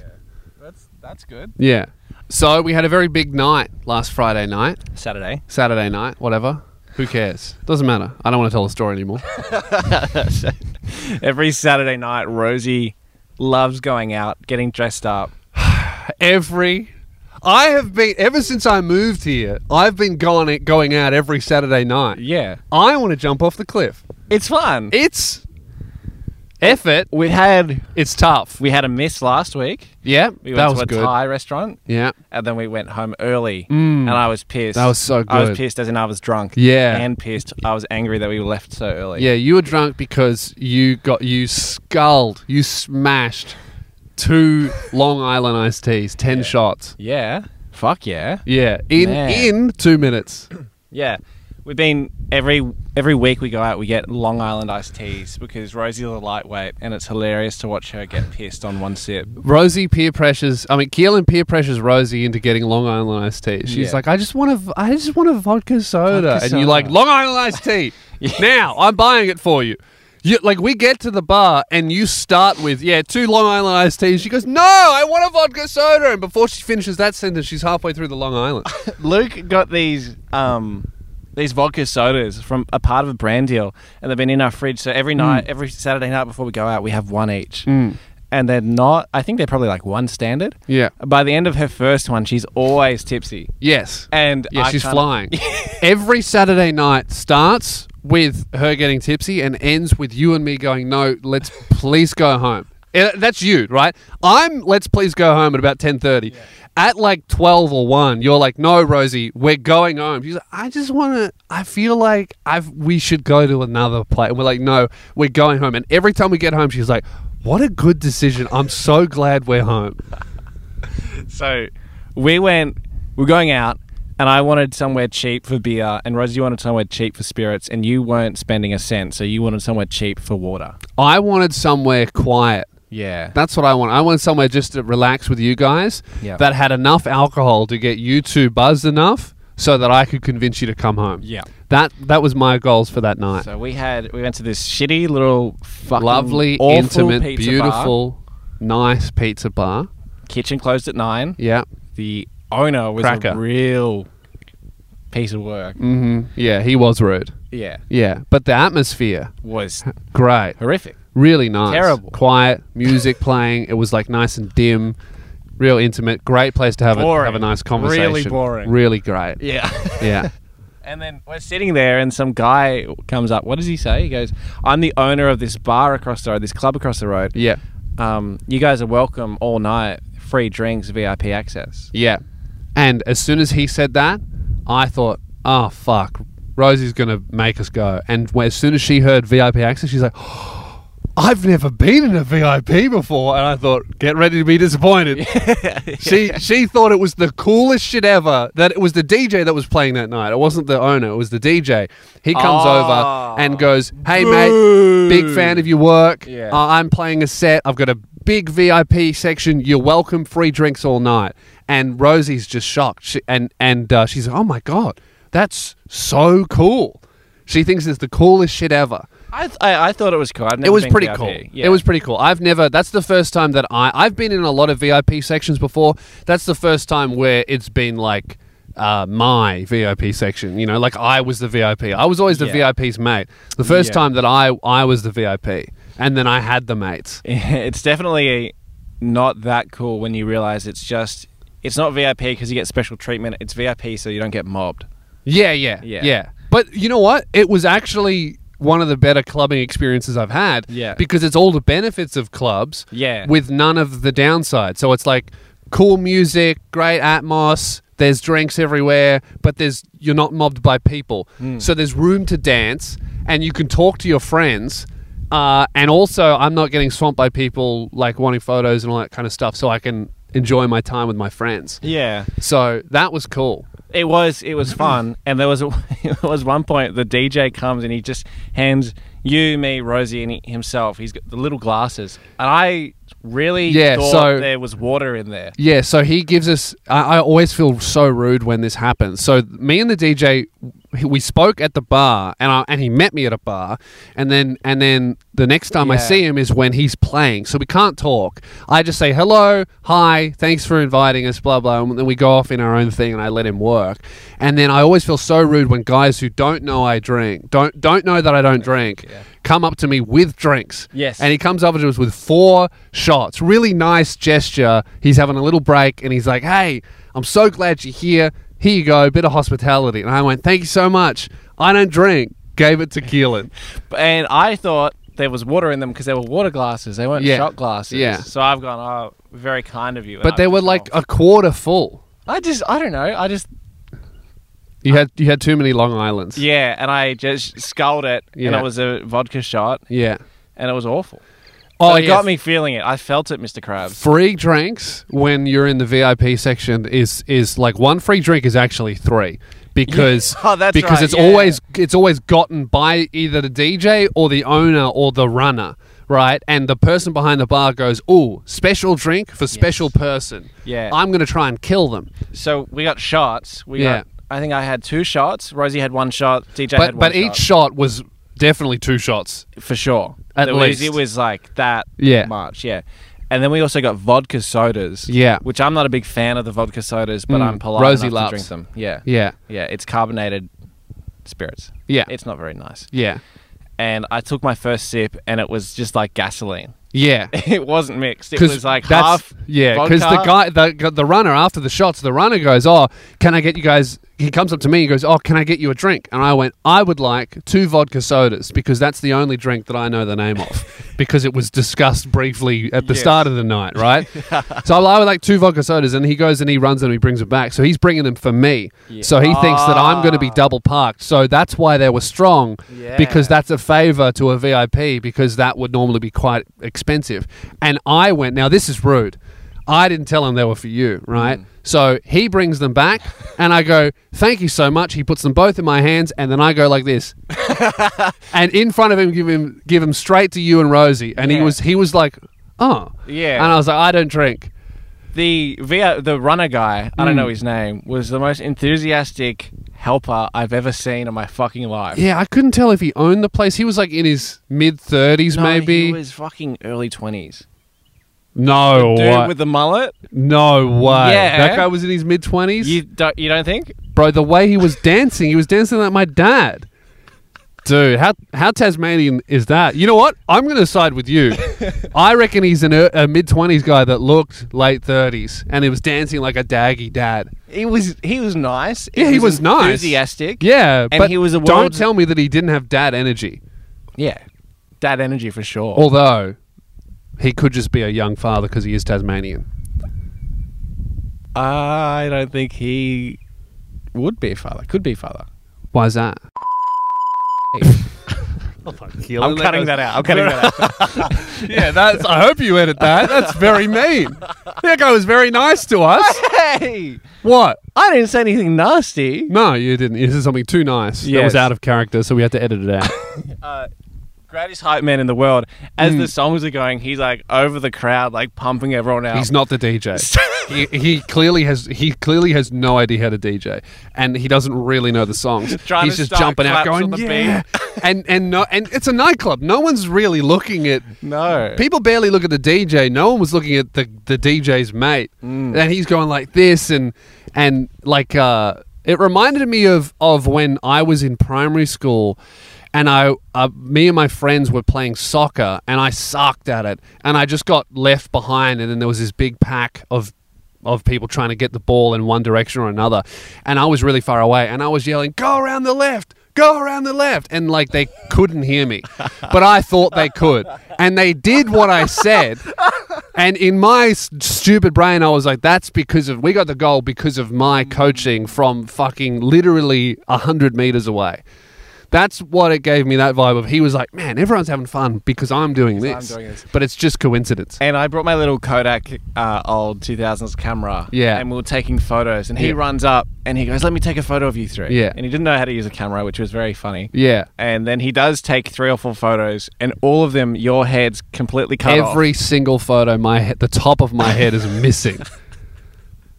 Speaker 3: That's that's good.
Speaker 1: yeah. So we had a very big night last Friday night.
Speaker 2: Saturday.
Speaker 1: Saturday night, whatever. Who cares? Doesn't matter. I don't want to tell the story
Speaker 2: <laughs>
Speaker 1: anymore.
Speaker 2: Every Saturday night, Rosie loves going out, getting dressed up.
Speaker 1: every, I have been ever since I moved here. I've been going going out every Saturday night.
Speaker 2: Yeah.
Speaker 1: I want to jump off the cliff.
Speaker 2: It's fun.
Speaker 1: It's effort.
Speaker 2: we had
Speaker 1: It's tough.
Speaker 2: we had a miss last week.
Speaker 1: yeah,
Speaker 2: We went
Speaker 1: that
Speaker 2: to
Speaker 1: was
Speaker 2: a
Speaker 1: good.
Speaker 2: Thai restaurant
Speaker 1: Yeah,
Speaker 2: and then we went home early
Speaker 1: Mm.
Speaker 2: and I was pissed.
Speaker 1: That was so
Speaker 2: I
Speaker 1: good.
Speaker 2: was pissed as in I was drunk.
Speaker 1: Yeah.
Speaker 2: And pissed. I was angry that we were left so early.
Speaker 1: yeah. You were drunk because you got you sculled, you smashed two Long Island iced teas, ten shots.
Speaker 2: Yeah. Fuck yeah.
Speaker 1: Yeah, in
Speaker 2: Man.
Speaker 1: in two minutes.
Speaker 2: Yeah. We've been every every week we go out we get Long Island iced teas because Rosie's a lightweight and it's hilarious to watch her get pissed on one sip.
Speaker 1: Rosie peer pressures. I mean, Keelan peer pressures Rosie into getting Long Island iced tea. She's
Speaker 2: Yeah.
Speaker 1: like, I just want a, I just want a vodka soda,
Speaker 2: Vodka
Speaker 1: and you're like,
Speaker 2: soda.
Speaker 1: Long Island iced tea. Now I'm buying it for you. You like we get to the bar and you start with yeah two Long Island iced teas. She goes, No, I want a vodka soda. And before she finishes that sentence, she's halfway through the Long Island.
Speaker 2: Luke got these um, these vodka sodas from a part of a brand deal, and they've been in our fridge. So every night, every Saturday night before we go out, we have one each. And they're not. I think they're probably like one standard.
Speaker 1: Yeah.
Speaker 2: By the end of her first one, she's always tipsy.
Speaker 1: Yes.
Speaker 2: And
Speaker 1: Yeah,
Speaker 2: I
Speaker 1: she's
Speaker 2: kinda- <laughs>
Speaker 1: flying. Every Saturday night starts with her getting tipsy and ends with you and me going, "No, let's please go home." Eh, That's you, right? I'm let's please go home at about 10:30. At like 12 or 1, you're like, "No, Rosie, we're going home." She's like, "I just want to I feel like I've we should go to another place." And we're like, "No, we're going home." And every time we get home, she's like, "What a good decision. I'm so glad we're home."
Speaker 2: So we went. We're going out, and I wanted somewhere cheap for beer, and Rosie wanted somewhere cheap for spirits, and you weren't spending a cent, so you wanted somewhere cheap for water.
Speaker 1: I wanted somewhere quiet.
Speaker 2: Yeah.
Speaker 1: That's what I want. I want somewhere just to relax with you guys
Speaker 2: Yeah.
Speaker 1: that had enough alcohol to get you two buzzed enough so that I could convince you to come home.
Speaker 2: Yeah.
Speaker 1: That that was my goals for that night.
Speaker 2: So we had we went to this shitty little fucking
Speaker 1: Lovely,
Speaker 2: awful
Speaker 1: intimate,
Speaker 2: pizza
Speaker 1: beautiful, nice pizza bar.
Speaker 2: bar. kitchen closed at nine.
Speaker 1: Yeah.
Speaker 2: The owner was
Speaker 1: Cracker.
Speaker 2: a real piece of work.
Speaker 1: Mhm. Yeah, he was rude.
Speaker 2: Yeah,
Speaker 1: Yeah, but the atmosphere
Speaker 2: was <laughs>
Speaker 1: great.
Speaker 2: horrific.
Speaker 1: Really nice.
Speaker 2: Terrible.
Speaker 1: Quiet, music playing. It was like nice and dim. Real intimate, great place to have a
Speaker 2: Boring.
Speaker 1: have a nice
Speaker 2: Really
Speaker 1: conversation.
Speaker 2: boring.
Speaker 1: Really great.
Speaker 2: Yeah.
Speaker 1: Yeah.
Speaker 2: <laughs> and then we're sitting there, and some guy comes up. What does he say? He goes, "I'm the owner of this bar across the road, this club across the road. <laughs>
Speaker 1: yeah.
Speaker 2: Um, you guys are welcome all night, free drinks, VIP access."
Speaker 1: Yeah. And as soon as he said that, I thought, oh, fuck. Rosie's going to make us go. And when- as soon as she heard VIP access, she's like, "Oh, I've never been in a VIP before. And I thought, get ready to be disappointed. she, she thought it was the coolest shit ever that it was the DJ that was playing that night. It wasn't the owner, it was the DJ. He comes
Speaker 2: Ah.
Speaker 1: over and goes, hey, mate, big fan of your work.
Speaker 2: Yeah.
Speaker 1: Uh, I'm playing a set. I've got a big VIP section. You're welcome. Free drinks all night. And Rosie's just shocked. She, and and uh, she's like, oh my god, that's so cool. She thinks it's the coolest shit ever.
Speaker 2: I, th- I, I thought it was cool. I've never
Speaker 1: It was
Speaker 2: been
Speaker 1: pretty
Speaker 2: VIP.
Speaker 1: cool.
Speaker 2: Yeah.
Speaker 1: It was pretty cool. I've never. That's the first time that I. I've been in a lot of VIP sections before. That's the first time where it's been like uh, my VIP section. You know, like I was the VIP. I was always the
Speaker 2: Yeah.
Speaker 1: VIP's mate. The first
Speaker 2: Yeah.
Speaker 1: time that I I was the VIP, and then I had the mates.
Speaker 2: <laughs> it's definitely not that cool when you realize it's just it's not VIP because you get special treatment. It's VIP so you don't get mobbed.
Speaker 1: Yeah, yeah,
Speaker 2: Yeah.
Speaker 1: yeah, But you know what? It was actually one of the better clubbing experiences I've had.
Speaker 2: Yeah.
Speaker 1: Because it's all the benefits of clubs.
Speaker 2: Yeah.
Speaker 1: With none of the downside. So it's like cool music, great atmos. There's drinks everywhere, but there's you're not mobbed by people.
Speaker 2: Hmm.
Speaker 1: So there's room to dance, and you can talk to your friends. Uh, and also, I'm not getting swamped by people like wanting photos and all that kind of stuff. So I can enjoy my time with my friends.
Speaker 2: Yeah,
Speaker 1: So that was cool.
Speaker 2: it was it was fun, <laughs> and there was a, it was one point the DJ comes and he just hands you, me, Rosie, and he, himself. He's got the little glasses, and I really
Speaker 1: Yeah,
Speaker 2: thought
Speaker 1: so-
Speaker 2: there was water in there.
Speaker 1: Yeah, so he gives us. I, I always feel so rude when this happens. So me and the DJ, we spoke at the bar, and I, and he met me at a bar, and then and then the next time I
Speaker 2: Yeah.
Speaker 1: see him is when he's playing. So we can't talk. I just say hello, hi, thanks for inviting us, blah blah, and then we go off in our own thing, and I let him work. And then I always feel so rude when guys who don't know I drink, don't don't know that I don't drink, come up to me with drinks.
Speaker 2: Yes.
Speaker 1: and he comes over to us with four shots. Really nice gesture. He's having a little break and he's like, Hey, I'm so glad you're here. Here you go, bit of hospitality. And I went, Thank you so much. I don't drink. Gave it to Keelan.
Speaker 2: And I thought there was water in them because they were water glasses. They weren't
Speaker 1: Yeah.
Speaker 2: shot glasses.
Speaker 1: Yeah.
Speaker 2: So I've gone, oh, very kind of you. and
Speaker 1: But
Speaker 2: I've
Speaker 1: they were
Speaker 2: just
Speaker 1: like
Speaker 2: gone.
Speaker 1: a quarter full.
Speaker 2: I just, I don't know. I just,
Speaker 1: You had you had too many Long Islands.
Speaker 2: yeah. And I just sculled it, and
Speaker 1: Yeah.
Speaker 2: it was a vodka shot,
Speaker 1: Yeah.
Speaker 2: and it was awful.
Speaker 1: Oh,
Speaker 2: But it
Speaker 1: yes.
Speaker 2: got me feeling it. I felt it, Mr. Krabs.
Speaker 1: Free drinks when you're in the VIP section is is like one free drink is actually three because
Speaker 2: <laughs> Oh, that's
Speaker 1: because
Speaker 2: right,
Speaker 1: it's
Speaker 2: yeah.
Speaker 1: always it's always gotten by either the DJ or the owner or the runner, right? And the person behind the bar goes, "Ooh, special drink for special person."
Speaker 2: Yeah.
Speaker 1: I'm gonna try and kill them.
Speaker 2: So we got shots. We
Speaker 1: Yeah.
Speaker 2: got, I think I had two shots. Rosie had one shot. DJ had
Speaker 1: But
Speaker 2: one
Speaker 1: but
Speaker 2: shot.
Speaker 1: each shot was definitely two shots.
Speaker 2: for sure.
Speaker 1: At
Speaker 2: There was-
Speaker 1: least.
Speaker 2: it was like that
Speaker 1: Yeah.
Speaker 2: much, yeah. And then we also got vodka sodas,
Speaker 1: Yeah.
Speaker 2: which I'm not a big fan of the vodka sodas, but
Speaker 1: Mm.
Speaker 2: I'm polite
Speaker 1: Rosie
Speaker 2: enough
Speaker 1: loves.
Speaker 2: to drink them. Yeah.
Speaker 1: Yeah,
Speaker 2: yeah, it's carbonated spirits.
Speaker 1: Yeah.
Speaker 2: it's not very nice.
Speaker 1: yeah,
Speaker 2: And I took my first sip, and it was just like gasoline. <laughs>
Speaker 1: yeah.
Speaker 2: It wasn't mixed. It was like half.
Speaker 1: yeah because the
Speaker 2: vodka.
Speaker 1: guy the the runner after the shots the runner goes oh can I get you guys he comes up to me and goes oh can I get you a drink and I went I would like two vodka sodas because that's the only drink that I know the name of
Speaker 2: <laughs>
Speaker 1: because it was discussed briefly at the
Speaker 2: Yes.
Speaker 1: start of the night
Speaker 2: <laughs>
Speaker 1: right so I would like two vodka sodas and he goes and he runs and he brings them back so he's bringing them for me so he thinks that I'm going to be
Speaker 2: Ah.
Speaker 1: double parked so that's why they were strong because
Speaker 2: Yeah.
Speaker 1: that's a favor to a VIP because that would normally be quite expensive. And I went, now this is rude. I didn't tell him they were for you, right?
Speaker 2: Mm.
Speaker 1: So he brings them
Speaker 2: <laughs>
Speaker 1: back and I go, thank you so much. He puts them both in my hands and then I go like
Speaker 2: <laughs>
Speaker 1: this. and in front of him give him give him straight to you and Rosie. And he
Speaker 2: Yeah.
Speaker 1: was he was like, Oh.
Speaker 2: Yeah.
Speaker 1: And I was like, I don't drink.
Speaker 2: the via the runner guy. I
Speaker 1: Mm.
Speaker 2: don't know his name. Was the most enthusiastic helper I've ever seen in my fucking life.
Speaker 1: Yeah, I couldn't tell if he owned the place. He was like in his mid thirties
Speaker 2: No,
Speaker 1: maybe.
Speaker 2: he was fucking early twenties.
Speaker 1: no
Speaker 2: Dude
Speaker 1: way.
Speaker 2: with the mullet.
Speaker 1: No way.
Speaker 2: Yeah.
Speaker 1: That guy was in his mid 20s.
Speaker 2: You don't you don't think?
Speaker 1: Bro, the way he was dancing, he was dancing like my dad. Dude, how how Tasmanian is that? You know what? I'm going to side with
Speaker 2: <laughs>
Speaker 1: you. I reckon he's an, ear- a mid 20s guy that looked late 30s and he was dancing like a daggy dad.
Speaker 2: He was he was nice.
Speaker 1: Yeah, he was nice.
Speaker 2: Enthusiastic.
Speaker 1: Yeah,
Speaker 2: And
Speaker 1: but
Speaker 2: he was a
Speaker 1: don't
Speaker 2: world's-
Speaker 1: tell me that he didn't have dad energy.
Speaker 2: Yeah. Dad energy for sure.
Speaker 1: Although he could just be a young father because he is Tasmanian.
Speaker 2: I don't think he would be a father. Could be a <laughs> father.
Speaker 1: Why is that?
Speaker 2: I'm cutting that out. I'm cutting that out.
Speaker 1: Yeah, that's. I hope you edit that. That's very mean. That guy was very nice to us.
Speaker 2: <laughs> hey,
Speaker 1: What?
Speaker 2: I didn't say anything nasty.
Speaker 1: No, you didn't. You said something too nice. That
Speaker 2: Yes.
Speaker 1: was out of character, so we had to edit it out.
Speaker 2: Uh, greatest hype man in the world. As the songs are going, he's like over the crowd, like pumping everyone
Speaker 1: <laughs>
Speaker 2: out.
Speaker 1: He's not the DJ. he, he clearly has he clearly has no idea how to DJ, and he doesn't really know the songs.
Speaker 2: Trying
Speaker 1: He's
Speaker 2: to
Speaker 1: just
Speaker 2: start
Speaker 1: jumping out,
Speaker 2: claps on
Speaker 1: going
Speaker 2: the
Speaker 1: yeah, <laughs> and and no, and it's a nightclub. No one's really looking at.
Speaker 2: no.
Speaker 1: People barely look at the DJ. No one was looking at the the DJ's mate, and he's going like this and and like uh, it reminded me of of when I was in primary school. And I, uh, me and my friends were playing soccer, and I sucked at it, and I just got left behind. And then there was this big pack of of people trying to get the ball in one direction or another. And I was really far away and I was yelling, go around the left, go around the left. And like they <laughs> couldn't hear me, but I thought they could. And they did what I said. And in my s- stupid brain, I was like, that's because of, we got the goal because of my coaching from fucking literally 100 meters away. That's what it gave me that vibe of. He was like, man, everyone's having fun because I'm doing,
Speaker 2: I'm
Speaker 1: this.
Speaker 2: doing this.
Speaker 1: But it's just coincidence.
Speaker 2: And I brought my little Kodak uh, old 2000s camera.
Speaker 1: Yeah.
Speaker 2: And we were taking photos. And he
Speaker 1: Yeah.
Speaker 2: runs up and he goes, Let me take a photo of you three.
Speaker 1: Yeah.
Speaker 2: And he didn't know how to use a camera, which was very funny.
Speaker 1: yeah.
Speaker 2: And then he does take three or four photos, and all of them, your head's completely cut off.
Speaker 1: every single photo my head, the top of my head is
Speaker 2: <laughs>
Speaker 1: missing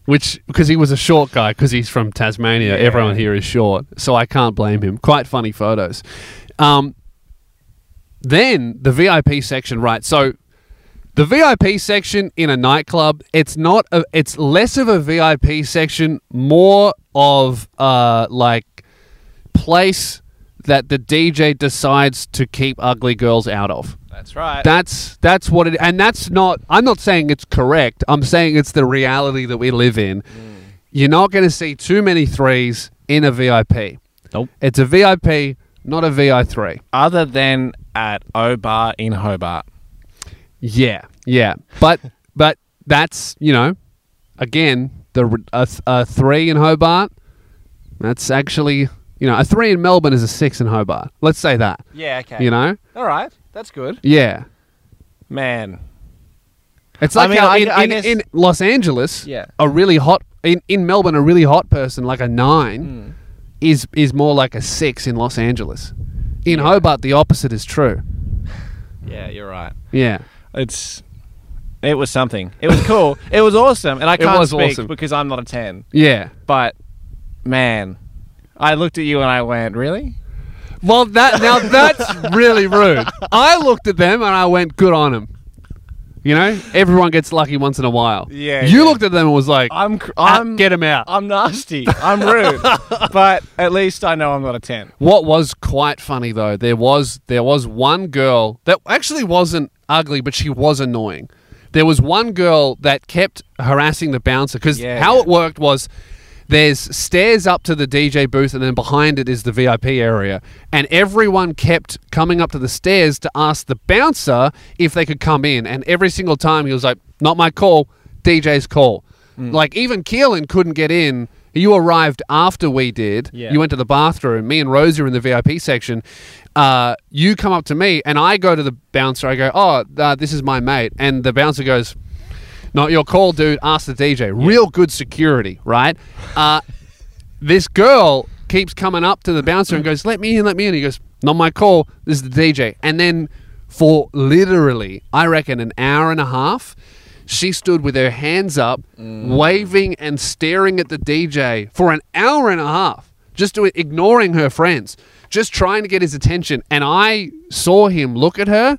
Speaker 1: which because he was a short guy because he's from tasmania
Speaker 2: Yeah.
Speaker 1: everyone here is short so i can't blame him quite funny photos um, then the vip section right so the vip section in a nightclub it's not a, it's less of a vip section more of uh, like place that the dj decides to keep ugly girls out of
Speaker 2: That's right.
Speaker 1: that's that's what it and that's not I'm not saying it's correct. I'm saying it's the reality that we live in. You're not going to see too many threes in a VIP.
Speaker 2: Nope.
Speaker 1: It's a VIP, not a VI3.
Speaker 2: Other than at O Bar in Hobart.
Speaker 1: Yeah. Yeah. But but that's, you know, again, the r- a, th- a 3 in Hobart, that's actually, you know, a 3 in Melbourne is a 6 in Hobart. Let's say that.
Speaker 2: Yeah, okay.
Speaker 1: You know?
Speaker 2: All right. That's good.
Speaker 1: Yeah.
Speaker 2: Man.
Speaker 1: It's
Speaker 2: I
Speaker 1: like
Speaker 2: mean,
Speaker 1: how
Speaker 2: I-
Speaker 1: in,
Speaker 2: I
Speaker 1: in,
Speaker 2: guess-
Speaker 1: in Los Angeles,
Speaker 2: Yeah.
Speaker 1: a really hot in, in Melbourne, a really hot person like a nine is is more like a six in Los Angeles. In Hobart, the opposite is true.
Speaker 2: Yeah, you're right.
Speaker 1: Yeah,
Speaker 2: It's. It was something. It was cool. it was awesome. And I can't
Speaker 1: was
Speaker 2: speak
Speaker 1: awesome.
Speaker 2: because I'm not a 10.
Speaker 1: yeah.
Speaker 2: But, man, I looked at you and I went, really?
Speaker 1: Well, that <laughs> now that's really rude. I looked at them and I went, "Good on them." You know, everyone gets lucky once in a while.
Speaker 2: Yeah,
Speaker 1: You
Speaker 2: yeah.
Speaker 1: looked at them and was like,
Speaker 2: I'm, cr-
Speaker 1: "Ah,
Speaker 2: I'm,
Speaker 1: "Get them out."
Speaker 2: I'm nasty.
Speaker 1: <laughs>
Speaker 2: I'm rude. but at least I know I'm not a 10.
Speaker 1: What was quite funny though, there was there was one girl that actually wasn't ugly, but she was annoying. There was one girl that kept harassing the bouncer because
Speaker 2: Yeah,
Speaker 1: how
Speaker 2: yeah.
Speaker 1: it worked was there's stairs up to the DJ booth, and then behind it is the VIP area. And everyone kept coming up to the stairs to ask the bouncer if they could come in. And every single time he was like, Not my call, DJ's call.
Speaker 2: Hmm.
Speaker 1: Like, even Keelan couldn't get in. You arrived after we did.
Speaker 2: Yeah.
Speaker 1: You went to the bathroom. Me and Rosie are in the VIP section. Uh, you come up to me, and I go to the bouncer. I go, "Oh, uh, this is my mate," and the bouncer goes, "Not your call, dude. Ask the DJ." Real good security, right? Uh, this girl keeps coming up to the bouncer and goes, "Let me in, let me in." He goes, "Not my call. This is the DJ." And then for literally, I reckon an hour and a half, she stood with her hands up, waving and staring at the DJ for an hour and a half, just doing ignoring her friends, just trying to get his attention. And I saw him look at her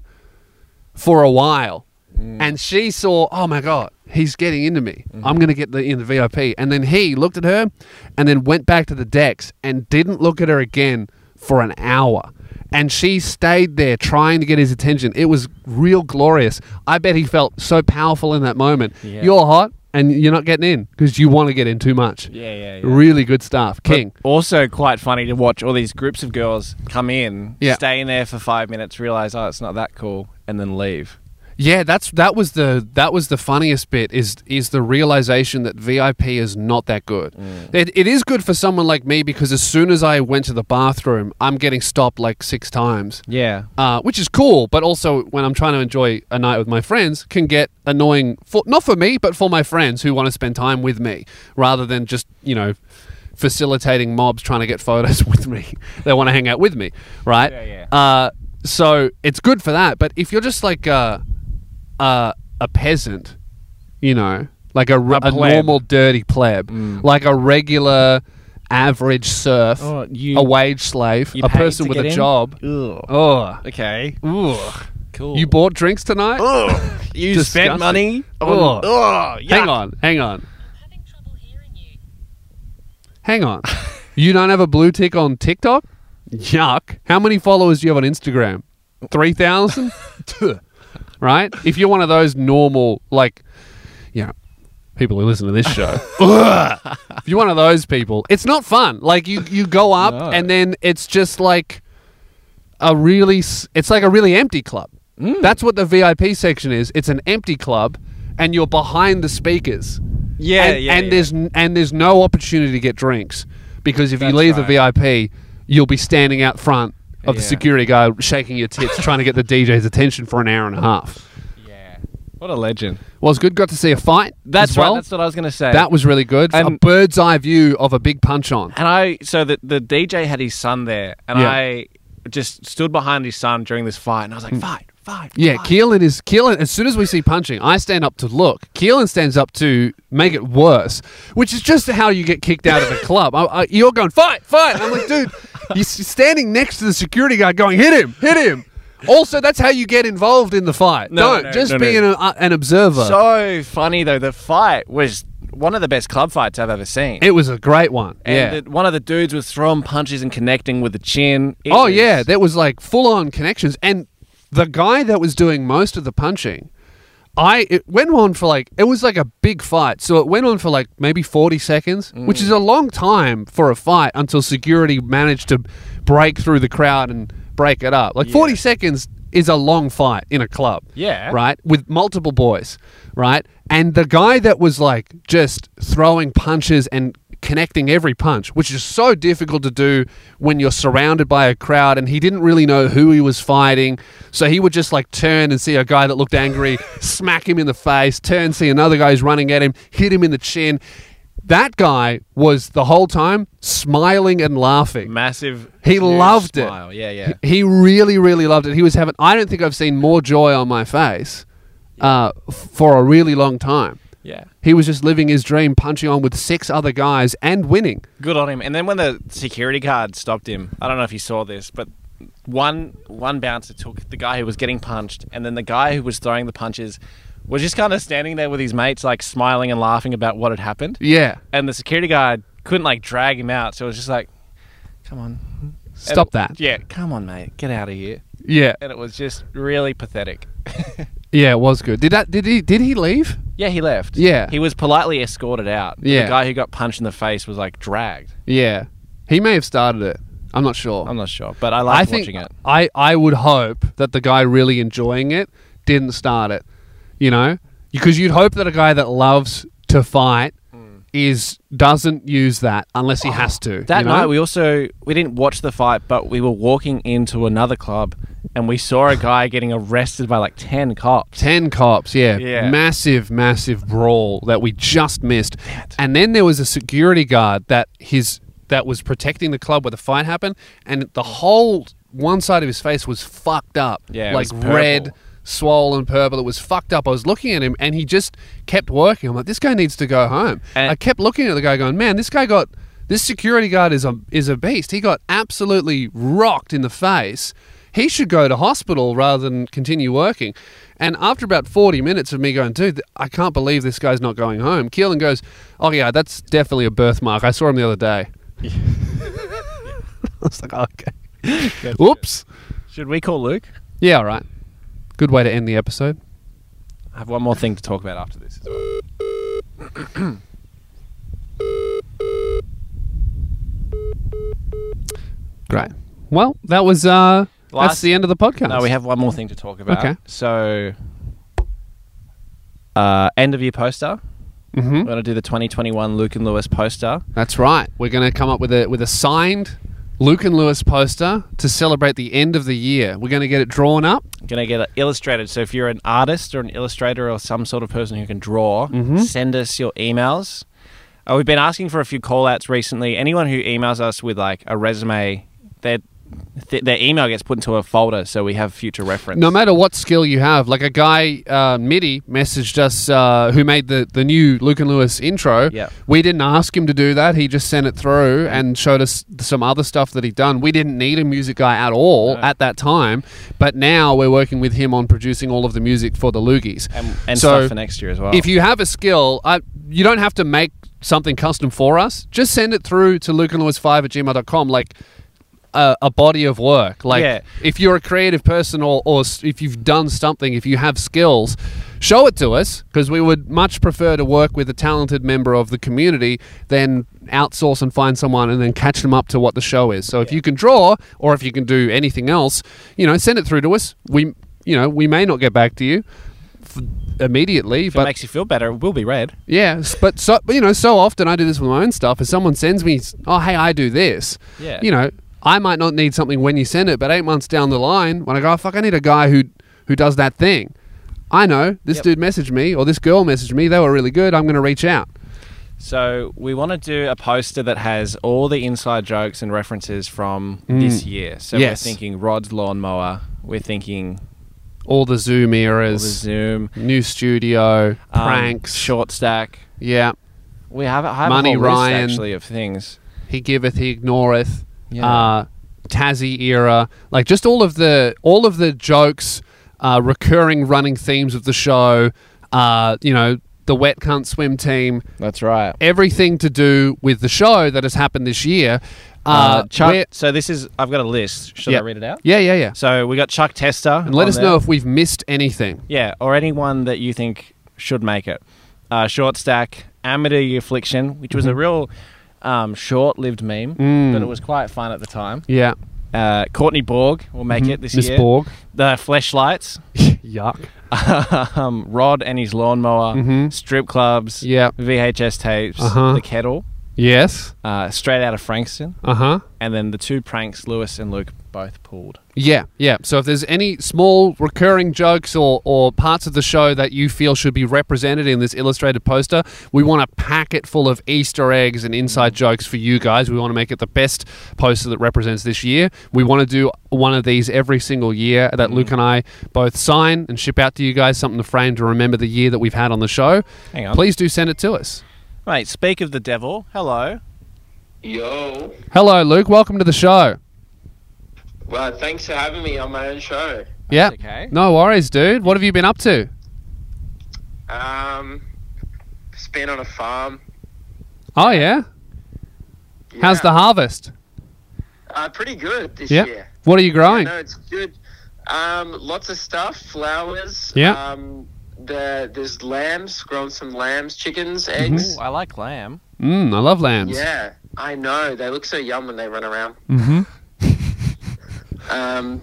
Speaker 1: for a while.
Speaker 2: Mm.
Speaker 1: And she saw, oh my God, he's getting into me.
Speaker 2: Mm-hmm.
Speaker 1: I'm going to get the, in the VIP. And then he looked at her and then went back to the decks and didn't look at her again for an hour. And she stayed there trying to get his attention. It was real glorious. I bet he felt so powerful in that moment.
Speaker 2: Yeah.
Speaker 1: You're hot and you're not getting in because you want to get in too much.
Speaker 2: Yeah, yeah, yeah.
Speaker 1: Really good stuff. King.
Speaker 2: Also, quite funny to watch all these groups of girls come in,
Speaker 1: Yeah.
Speaker 2: stay in there for five minutes, realize, oh, it's not that cool, and then leave.
Speaker 1: Yeah, that's that was the that was the funniest bit is is the realization that VIP is not that good. It, it is good for someone like me because as soon as I went to the bathroom, I'm getting stopped like six times,
Speaker 2: Yeah.
Speaker 1: uh, which is cool. But also when I'm trying to enjoy a night with my friends, can get annoying for not for me but for my friends who want to spend time with me rather than just you know <laughs> facilitating mobs trying to get photos with me. they want to hang out with me, right?
Speaker 2: Yeah, yeah.
Speaker 1: Uh, So it's good for that. But if you're just like a a, a peasant, you know, like a, re-
Speaker 2: A
Speaker 1: a
Speaker 2: pleb. Mm.
Speaker 1: normal dirty pleb, like a regular average serf,
Speaker 2: Oh, you-
Speaker 1: a wage slave,
Speaker 2: You
Speaker 1: a
Speaker 2: paid
Speaker 1: person
Speaker 2: to
Speaker 1: with
Speaker 2: get
Speaker 1: a
Speaker 2: in?
Speaker 1: job.
Speaker 2: Ugh.
Speaker 1: Oh,
Speaker 2: Okay. Cool.
Speaker 1: you bought drinks tonight? <laughs>
Speaker 2: Ugh. You
Speaker 1: Disgusting.
Speaker 2: spent money.
Speaker 1: Ugh.
Speaker 2: On, Ugh, yuck.
Speaker 1: Hang on, hang on,
Speaker 4: Having trouble hearing you.
Speaker 1: hang on. you don't have a blue tick on TikTok? Yuck. How many followers do you have on Instagram?
Speaker 2: <laughs>
Speaker 1: 3,000? right? If you're one of those normal, like, you know, people who listen to this
Speaker 2: <laughs>
Speaker 1: show, Ugh. if you're one of those people, it's not fun. Like, you, you go up
Speaker 2: No.
Speaker 1: and then it's just like a really, s- it's like a really empty club.
Speaker 2: Mm.
Speaker 1: That's what the VIP section is. It's an empty club and you're behind the speakers
Speaker 2: Yeah,
Speaker 1: and,
Speaker 2: yeah.
Speaker 1: and
Speaker 2: yeah.
Speaker 1: there's n- and there's no opportunity to get drinks because if
Speaker 2: That's
Speaker 1: you leave
Speaker 2: right.
Speaker 1: the VIP, you'll be standing out front of the
Speaker 2: Yeah.
Speaker 1: security guard shaking your tits, trying to get the DJ's attention for an hour and a half.
Speaker 2: Yeah. What a legend.
Speaker 1: Well, it's good. Got to see a fight.
Speaker 2: That's
Speaker 1: as well.
Speaker 2: right. That's what I was gonna say.
Speaker 1: that was really good. a
Speaker 2: Um,
Speaker 1: bird's eye view of a big punch on.
Speaker 2: And I, so the, the DJ had his son there, and
Speaker 1: Yeah.
Speaker 2: I just stood behind his son during this fight, and I was like, fight, fight.
Speaker 1: Mm. Yeah,
Speaker 2: fight."
Speaker 1: Keelan is Keelan. As soon as we see punching, I stand up to look. Keelan stands up to make it worse, which is just how you get kicked out of
Speaker 2: <laughs>
Speaker 1: a club. I, I, you're going fight, fight. I'm like, dude, you're s- standing next to the security guard, going hit him, hit him. Also, that's how you get involved in the fight.
Speaker 2: No,
Speaker 1: Don't
Speaker 2: no,
Speaker 1: just
Speaker 2: no,
Speaker 1: be
Speaker 2: no.
Speaker 1: An, uh, an observer.
Speaker 2: So funny, though. The fight was one of the best club fights I've ever seen.
Speaker 1: it was a great one. yeah.
Speaker 2: And the- one of the dudes was throwing punches and connecting with the chin. It
Speaker 1: oh
Speaker 2: was-
Speaker 1: yeah, there was like full on connections, and the guy that was doing most of the punching, I it went on for like it was like a big fight, so it went on for like maybe forty seconds,
Speaker 2: Mm.
Speaker 1: which is a long time for a fight until security managed to break through the crowd and break it up. Like forty seconds is a long fight in a club,
Speaker 2: Yeah.
Speaker 1: right, with multiple boys, right, and the guy that was like just throwing punches and connecting every punch, which is so difficult to do when you're surrounded by a crowd. And he didn't really know who he was fighting, so he would just like turn and see a guy that looked angry, <laughs> smack him in the face, turn, see another guy who's running at him, hit him in the chin. That guy was the whole time smiling and laughing.
Speaker 2: massive.
Speaker 1: He
Speaker 2: huge
Speaker 1: loved it.
Speaker 2: smile. Yeah, yeah.
Speaker 1: He really, really loved it. He was having. I don't think I've seen more joy on my face uh, f- for a really long time.
Speaker 2: Yeah.
Speaker 1: He was just living his dream, punching on with six other guys and winning.
Speaker 2: Good on him. And then when the security guard stopped him, I don't know if you saw this, but one one bouncer took the guy who was getting punched, and then the guy who was throwing the punches was just kind of standing there with his mates, like smiling and laughing about what had happened.
Speaker 1: Yeah.
Speaker 2: And the security guard couldn't like drag him out, so it was just like, "Come on,
Speaker 1: Stop
Speaker 2: And-
Speaker 1: that.
Speaker 2: Yeah, come on, mate, get out of here."
Speaker 1: Yeah.
Speaker 2: And it was just really pathetic.
Speaker 1: Yeah, it was good. Did that did he did he leave?
Speaker 2: yeah, he left.
Speaker 1: Yeah.
Speaker 2: he was politely escorted out.
Speaker 1: Yeah.
Speaker 2: the guy who got punched in the face was like dragged.
Speaker 1: Yeah. He may have started it. I'm not sure.
Speaker 2: I'm not sure, but I
Speaker 1: I
Speaker 2: liked
Speaker 1: think
Speaker 2: watching it.
Speaker 1: I I would hope that the guy really enjoying it didn't start it. You know? Because you'd hope that a guy that loves to fight
Speaker 2: Hmm.
Speaker 1: is doesn't use that unless he has to.
Speaker 2: That
Speaker 1: you know?
Speaker 2: night, we also we didn't watch the fight, but we were walking into another club, and we saw a guy getting arrested by like ten cops.
Speaker 1: 10 cops, yeah.
Speaker 2: Yeah.
Speaker 1: Massive, massive brawl that we just missed. And then there was a security guard that his that was protecting the club where the fight happened and the whole one side of his face was fucked up.
Speaker 2: Yeah, it
Speaker 1: Like
Speaker 2: was purple.
Speaker 1: red, swollen purple. It was fucked up. I was looking at him and he just kept working. I'm like, this guy needs to go home.
Speaker 2: And-
Speaker 1: I kept looking at the guy going, Man, this guy got this security guard is a is a beast. He got absolutely rocked in the face. He should go to hospital rather than continue working. And after about 40 minutes of me going, dude, I can't believe this guy's not going home, Keelan goes, oh, yeah, that's definitely a birthmark. I saw him the other day. <laughs> I was like, okay. Whoops.
Speaker 2: Should we call Luke?
Speaker 1: Yeah, all right. Good way to end the episode.
Speaker 2: I have one more thing to talk about after this. as well.
Speaker 1: Great. Well, that was uh, that's
Speaker 2: Last-
Speaker 1: the end of the podcast.
Speaker 2: No, we have one more thing to talk about.
Speaker 1: Okay.
Speaker 2: So, uh, end of year poster.
Speaker 1: hmm
Speaker 2: We're gonna do the 2021 Luke and Lewis poster.
Speaker 1: That's right. We're going to come up with a with a signed Luke and Lewis poster to celebrate the end of the year. We're going to get it drawn up.
Speaker 2: gonna get it illustrated. So if you're an artist or an illustrator or some sort of person who can draw,
Speaker 1: Mm-hmm.
Speaker 2: send us your emails. Oh, Uh, we've been asking for a few call outs recently. Anyone who emails us with like a resume, they're th- their email gets put into a folder, so we have future reference.
Speaker 1: No matter what skill you have, like a guy, uh, MIDI, messaged us uh, who made the, the new Luke and Lewis intro.
Speaker 2: Yep.
Speaker 1: We didn't ask him to do that. He just sent it through and showed us some other stuff that he'd done. We didn't need a music guy at all
Speaker 2: No.
Speaker 1: at that time, but now we're working with him on producing all of the music for the Loogies.
Speaker 2: and, and
Speaker 1: So,
Speaker 2: stuff for next year as well.
Speaker 1: If you have a skill, I, you don't have to make something custom for us. Just send it through to lukeandlewis5 at gmail.com. Like, a, a body of work. Like,
Speaker 2: Yeah.
Speaker 1: if you're a creative person or, or s- if you've done something, if you have skills, show it to us because we would much prefer to work with a talented member of the community than outsource and find someone and then catch them up to what the show is. So if you can draw or if you can do anything else, you know, send it through to us. We, you know, we may not get back to you. f- Immediately,
Speaker 2: if it
Speaker 1: but
Speaker 2: makes you feel better, it will be read.
Speaker 1: yeah, s- but so but, you know, so often I do this with my own stuff. If someone sends me, s- oh hey, I do this.
Speaker 2: Yeah.
Speaker 1: You know, I might not need something when you send it, but eight months down the line, when I go, oh, fuck, I need a guy who who does that thing. I know this
Speaker 2: Yep.
Speaker 1: dude messaged me or this girl messaged me. They were really good. I'm going to reach out.
Speaker 2: So we want to do a poster that has all the inside jokes and references from this year. So
Speaker 1: Mm. Yes.
Speaker 2: we're thinking Rod's lawnmower. We're thinking
Speaker 1: All the Zoom
Speaker 2: all the
Speaker 1: eras,
Speaker 2: Zoom
Speaker 1: new studio,
Speaker 2: um,
Speaker 1: pranks.
Speaker 2: short stack.
Speaker 1: Yeah,
Speaker 2: We have, I have
Speaker 1: Money
Speaker 2: a whole list,
Speaker 1: Ryan.
Speaker 2: actually of things.
Speaker 1: he giveth, he ignoreth.
Speaker 2: Yeah.
Speaker 1: Uh, Tassie era, like just all of the all of the jokes, uh, recurring running themes of the show. Uh, you know, the wet cunt swim team.
Speaker 2: That's right.
Speaker 1: everything to do with the show that has happened this year. Uh,
Speaker 2: Uh,
Speaker 1: we're-
Speaker 2: Chuck. So this is. I've got a list. Should
Speaker 1: Yeah.
Speaker 2: I read it out?
Speaker 1: yeah, yeah, yeah.
Speaker 2: So we got Chuck Tester.
Speaker 1: And let
Speaker 2: on
Speaker 1: us
Speaker 2: there.
Speaker 1: know if we've missed anything.
Speaker 2: Yeah, or anyone that you think should make it. Uh, short stack, Amity Affliction, which was a real um, short-lived meme,
Speaker 1: Mm-hmm. Mm.
Speaker 2: but it was quite fun at the time.
Speaker 1: Yeah,
Speaker 2: Uh, Courtney Borg will make it this
Speaker 1: Mm-hmm. Miss
Speaker 2: year. <laughs>
Speaker 1: Borg. <laughs>
Speaker 2: The fleshlights, <laughs>
Speaker 1: Yuck.
Speaker 2: um, Rod and his lawnmower,
Speaker 1: Mhm.
Speaker 2: strip clubs,
Speaker 1: Yeah.
Speaker 2: VHS tapes,
Speaker 1: Uh-huh.
Speaker 2: the kettle,
Speaker 1: Yes.
Speaker 2: uh, straight out of Frankston,
Speaker 1: Uh huh.
Speaker 2: and then the two pranks Lewis and Luke both pulled.
Speaker 1: Yeah, yeah. So if there's any small recurring jokes or, or parts of the show that you feel should be represented in this illustrated poster, we want a packet full of Easter eggs and inside jokes for you guys. We want to make it the best poster that represents this year. We want to do one of these every single year
Speaker 2: Mm-hmm.
Speaker 1: that Luke and I both sign and ship out to you guys something to frame to remember the year that we've had on the show.
Speaker 2: Hang on,
Speaker 1: Please do send it to us.
Speaker 2: Mate, speak of the devil. Hello.
Speaker 5: Yo.
Speaker 1: Hello, Luke. Welcome to the show.
Speaker 5: Well, thanks for having me on my own show.
Speaker 1: Yeah.
Speaker 2: Okay.
Speaker 1: No worries, dude. What have you been up to?
Speaker 5: Um, it's been on a farm.
Speaker 1: Oh, yeah. How's the
Speaker 5: Yeah.
Speaker 1: harvest?
Speaker 5: Uh, pretty good this
Speaker 1: Yeah.
Speaker 5: year.
Speaker 1: What are you growing?
Speaker 5: No, it's good. Um, lots of stuff, flowers.
Speaker 1: Yeah.
Speaker 5: Um, the, there's lambs, grown some lambs, chickens, eggs.
Speaker 2: Ooh, I like lamb.
Speaker 1: Mm, I love Mm-hmm. lambs.
Speaker 5: Yeah, I know. They look so yum when they run around.
Speaker 1: Mm-hmm.
Speaker 5: <laughs> Um,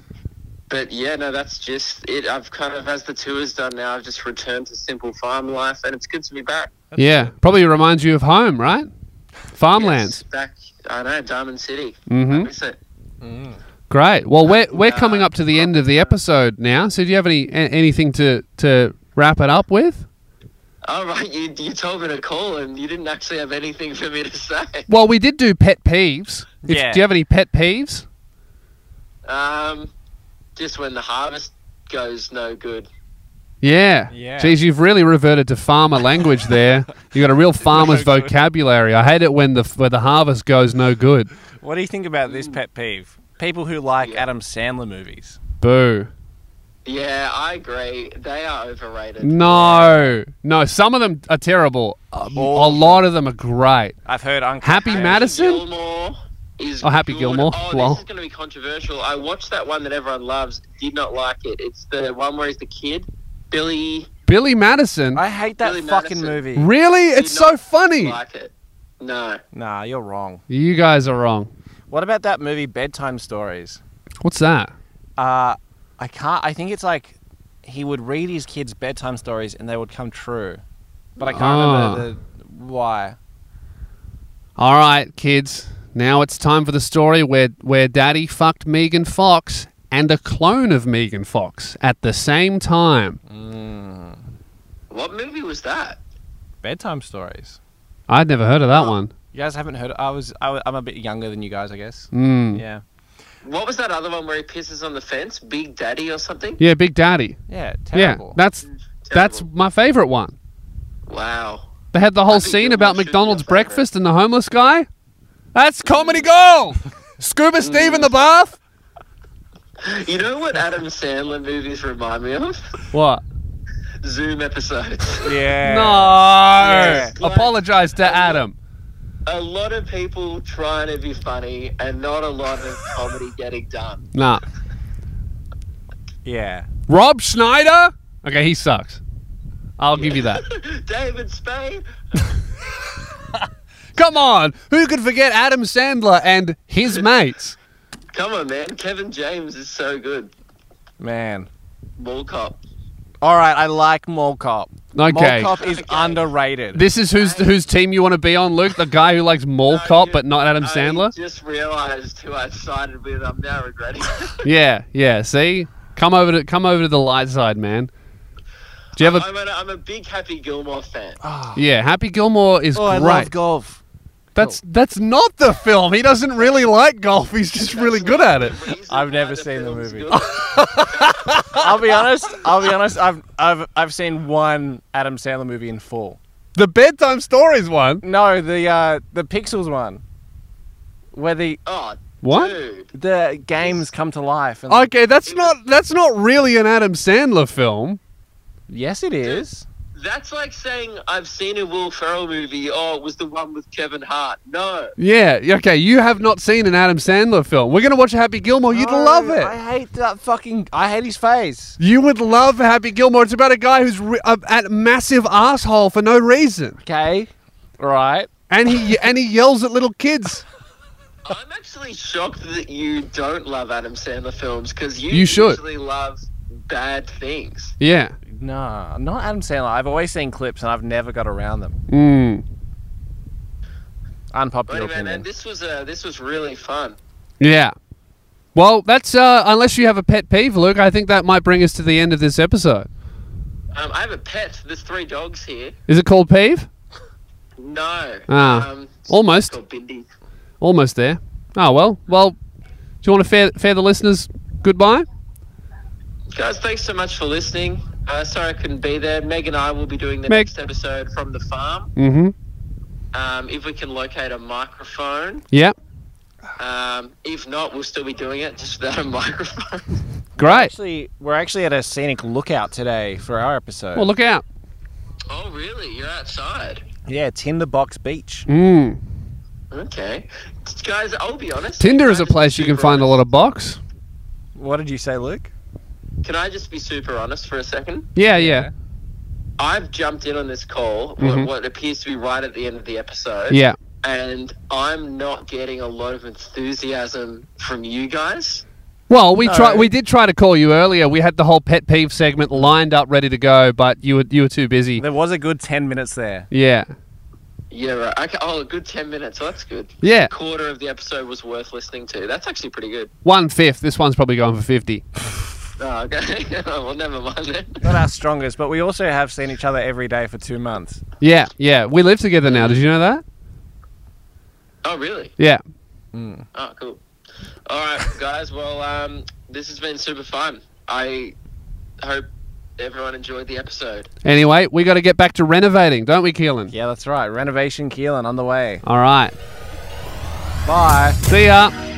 Speaker 5: but yeah, no, that's just it. I've kind of, as the tour's done now, I've just returned to simple farm life, and it's good to be back.
Speaker 1: yeah, probably reminds you of home, right? Farmlands.
Speaker 5: Yes, back, I know, Diamond City. I
Speaker 1: Mm-hmm.
Speaker 5: miss it.
Speaker 1: Great. Well, we're we're
Speaker 5: Uh,
Speaker 1: coming up to the end of the episode now. So, do you have any a- anything to to wrap it up with?
Speaker 5: All right, you you told me to call, and you didn't actually have anything for me to say.
Speaker 1: Well, we did do pet peeves. If-
Speaker 2: Yeah.
Speaker 1: Do you have any pet peeves?
Speaker 5: Um, just when the harvest goes no good.
Speaker 1: Yeah.
Speaker 2: Yeah.
Speaker 1: Geez, you've really reverted to farmer language
Speaker 2: <laughs>
Speaker 1: there. You got a real farmer's
Speaker 2: No good.
Speaker 1: vocabulary. I hate it when the when the harvest goes no good.
Speaker 2: What do you think about this pet peeve? People who like Adam Sandler movies.
Speaker 1: Boo.
Speaker 5: Yeah, I agree. They are overrated.
Speaker 1: No. No. Some of them are terrible. A,
Speaker 5: Oh.
Speaker 1: a lot of them are great.
Speaker 2: I've heard Uncle
Speaker 1: Happy
Speaker 2: Harry-
Speaker 1: Madison-
Speaker 5: Gilmore is
Speaker 1: Oh, Happy
Speaker 5: good.
Speaker 1: Gilmore.
Speaker 5: Oh, this
Speaker 1: Lol.
Speaker 5: is going to be controversial. I watched that one that everyone loves. Did not like it. It's the one where he's the kid, Billy.
Speaker 1: Billy Madison.
Speaker 2: I hate that
Speaker 5: Billy
Speaker 2: fucking
Speaker 5: Madison.
Speaker 2: movie.
Speaker 1: Really?
Speaker 5: Did
Speaker 1: It's so
Speaker 5: not
Speaker 1: funny.
Speaker 5: Like it. No.
Speaker 2: Nah, you're wrong.
Speaker 1: You guys are wrong.
Speaker 2: What about that movie Bedtime Stories?
Speaker 1: What's that?
Speaker 2: Uh, I can't. I think it's like he would read his kids bedtime stories and they would come true, but I can't remember the, why.
Speaker 1: All right, kids. Now it's time for the story where where Daddy fucked Megan Fox and a clone of Megan Fox at the same time.
Speaker 5: What movie was that?
Speaker 2: Mm. Bedtime stories.
Speaker 1: I'd
Speaker 5: Oh.
Speaker 1: never heard of that one.
Speaker 2: You guys haven't heard. I was. I, am a bit younger than you guys, I guess.
Speaker 1: Mm.
Speaker 2: Yeah.
Speaker 5: What was that other one where he pisses on the fence? Big Daddy or something?
Speaker 1: Yeah, Big Daddy.
Speaker 2: Yeah,
Speaker 1: Yeah,
Speaker 2: terrible.
Speaker 1: that's that's
Speaker 5: Terrible.
Speaker 1: my favorite one.
Speaker 5: Wow.
Speaker 1: They had the whole
Speaker 5: think
Speaker 1: scene
Speaker 5: that
Speaker 1: about
Speaker 5: one should be
Speaker 1: McDonald's
Speaker 5: our favorite.
Speaker 1: breakfast and the homeless guy. That's comedy
Speaker 5: <laughs>
Speaker 1: gold. Scuba Steve in
Speaker 5: Mm.
Speaker 1: the bath.
Speaker 5: You know what
Speaker 1: <laughs>
Speaker 5: Adam Sandler movies remind me of?
Speaker 1: What?
Speaker 5: Zoom episodes.
Speaker 2: yeah.
Speaker 1: No.
Speaker 2: Yes.
Speaker 1: Apologize to Adam.
Speaker 5: A lot of people trying to be funny and not a lot of comedy getting done.
Speaker 1: Nah.
Speaker 2: Yeah.
Speaker 1: Rob Schneider. Okay, he sucks. I'll give you
Speaker 2: <laughs>
Speaker 1: that.
Speaker 5: <laughs> David Spade.
Speaker 1: Come on, who could forget Adam Sandler and his
Speaker 2: <laughs>
Speaker 1: mates?
Speaker 5: Come on, man. Kevin James is so good.
Speaker 2: Man.
Speaker 5: Mall cop.
Speaker 2: All right, I like Mall Cop.
Speaker 1: Okay.
Speaker 2: Mall Cop is underrated.
Speaker 1: This is whose whose team you want to be on, Luke? The guy who likes Mall
Speaker 5: No,
Speaker 1: Cop
Speaker 5: you-
Speaker 1: but not Adam
Speaker 5: I
Speaker 1: Sandler?
Speaker 5: just realised who I sided with. I'm now regretting.
Speaker 1: <laughs> Yeah, yeah, see? Come over to come over to the light side, man. Do you have a
Speaker 5: I'm, a, I'm a big Happy Gilmore fan.
Speaker 1: Oh, Yeah, Happy Gilmore is
Speaker 2: oh, I
Speaker 1: great.
Speaker 2: love golf.
Speaker 1: that's that's not the film. He doesn't really like golf. He's just really good at it.
Speaker 5: The reason
Speaker 2: I've
Speaker 5: why
Speaker 2: never seen the
Speaker 5: film's
Speaker 2: movie.
Speaker 1: <laughs>
Speaker 5: good-
Speaker 2: I'll be honest. I'll be honest. I've I've I've seen one Adam Sandler movie in full.
Speaker 1: The bedtime stories one.
Speaker 2: No, the uh, the Pixels one, where the
Speaker 5: Oh,
Speaker 1: What?
Speaker 5: dude.
Speaker 2: the games come to life. And
Speaker 1: Okay, that's not that's not really an Adam Sandler film.
Speaker 2: yes, it is.
Speaker 5: That's like saying I've seen a Will Ferrell movie. Oh, it was the one with Kevin Hart. No,
Speaker 1: Yeah, okay, you have not seen an Adam Sandler film. We're gonna watch Happy Gilmore, you'd
Speaker 2: No,
Speaker 1: love it.
Speaker 2: I hate that fucking. I hate his face.
Speaker 1: You would love Happy Gilmore. It's about a guy who's re- a, a massive asshole for no reason,
Speaker 2: Okay, all right.
Speaker 1: and he <laughs> and he yells at little kids.
Speaker 5: I'm actually shocked that you don't love Adam Sandler films because you,
Speaker 1: You should.
Speaker 5: usually love bad things.
Speaker 1: Yeah.
Speaker 2: No, not Adam Sandler. I've always seen clips and I've never got around them.
Speaker 1: Mm.
Speaker 2: Unpopular
Speaker 5: Wait a minute,
Speaker 2: opinion.
Speaker 5: man, this was uh, this was really fun.
Speaker 1: Yeah. Well, that's uh, unless you have a pet peeve, Luke. I think that might bring us to the end of this episode.
Speaker 5: Um, I have a pet. There's three dogs here.
Speaker 1: Is it called peeve?
Speaker 5: No.
Speaker 1: Ah,
Speaker 5: um,
Speaker 1: almost.
Speaker 5: called Bindi.
Speaker 1: Almost there. Oh well. Well, do you want to fare, fare the listeners goodbye?
Speaker 5: Guys, thanks so much for listening. Uh, sorry I couldn't be there. Meg and I will be doing the
Speaker 1: Meg-
Speaker 5: next episode from the farm.
Speaker 1: Mm-hmm.
Speaker 5: Um, if we can locate a microphone.
Speaker 1: Yeah.
Speaker 5: Um, if not, we'll still be doing it, just without a <laughs> microphone.
Speaker 1: Great.
Speaker 2: Actually, we're actually at a scenic lookout today for our episode.
Speaker 1: Well, look out.
Speaker 5: oh, really? You're outside?
Speaker 2: yeah, Tinderbox Beach.
Speaker 1: Mm.
Speaker 5: Okay. Guys, I'll be honest.
Speaker 1: Tinder
Speaker 5: Can
Speaker 1: is
Speaker 5: I
Speaker 1: a
Speaker 5: just
Speaker 1: place
Speaker 5: be
Speaker 1: you can
Speaker 5: super
Speaker 1: find a
Speaker 5: honest?
Speaker 1: lot of box.
Speaker 2: What did you say, Luke?
Speaker 5: Can I just be super honest for a second?
Speaker 1: Yeah, yeah,
Speaker 5: I've jumped in on this call,
Speaker 1: Mhm.
Speaker 5: what, what appears to be right at the end of the episode.
Speaker 1: yeah.
Speaker 5: and I'm not getting a lot of enthusiasm from you guys.
Speaker 1: Well, we
Speaker 2: No.
Speaker 1: try. We did try to call you earlier. We had the whole pet peeve segment lined up, ready to go, but you were you were too busy.
Speaker 2: There was a good 10 minutes there.
Speaker 1: Yeah,
Speaker 5: Yeah, right. Okay. Oh, a good 10 minutes. Well, that's good.
Speaker 1: yeah.
Speaker 5: A quarter of the episode was worth listening to. That's actually pretty good.
Speaker 1: One fifth. This one's probably going for fifty.
Speaker 5: Oh, okay. <laughs> well, never mind then.
Speaker 2: Not our strongest, but we also have seen each other every day for two months.
Speaker 1: Yeah, yeah. We live together now. Did you know that?
Speaker 5: Oh, really?
Speaker 1: Yeah.
Speaker 5: Oh, cool. All right, guys. Well, um, this has been super fun. I hope everyone enjoyed the episode.
Speaker 1: Anyway, we got to get back to renovating, don't we, Keelan?
Speaker 2: Yeah, that's right. Renovation Keelan on the way.
Speaker 1: All right.
Speaker 2: Bye.
Speaker 1: See ya.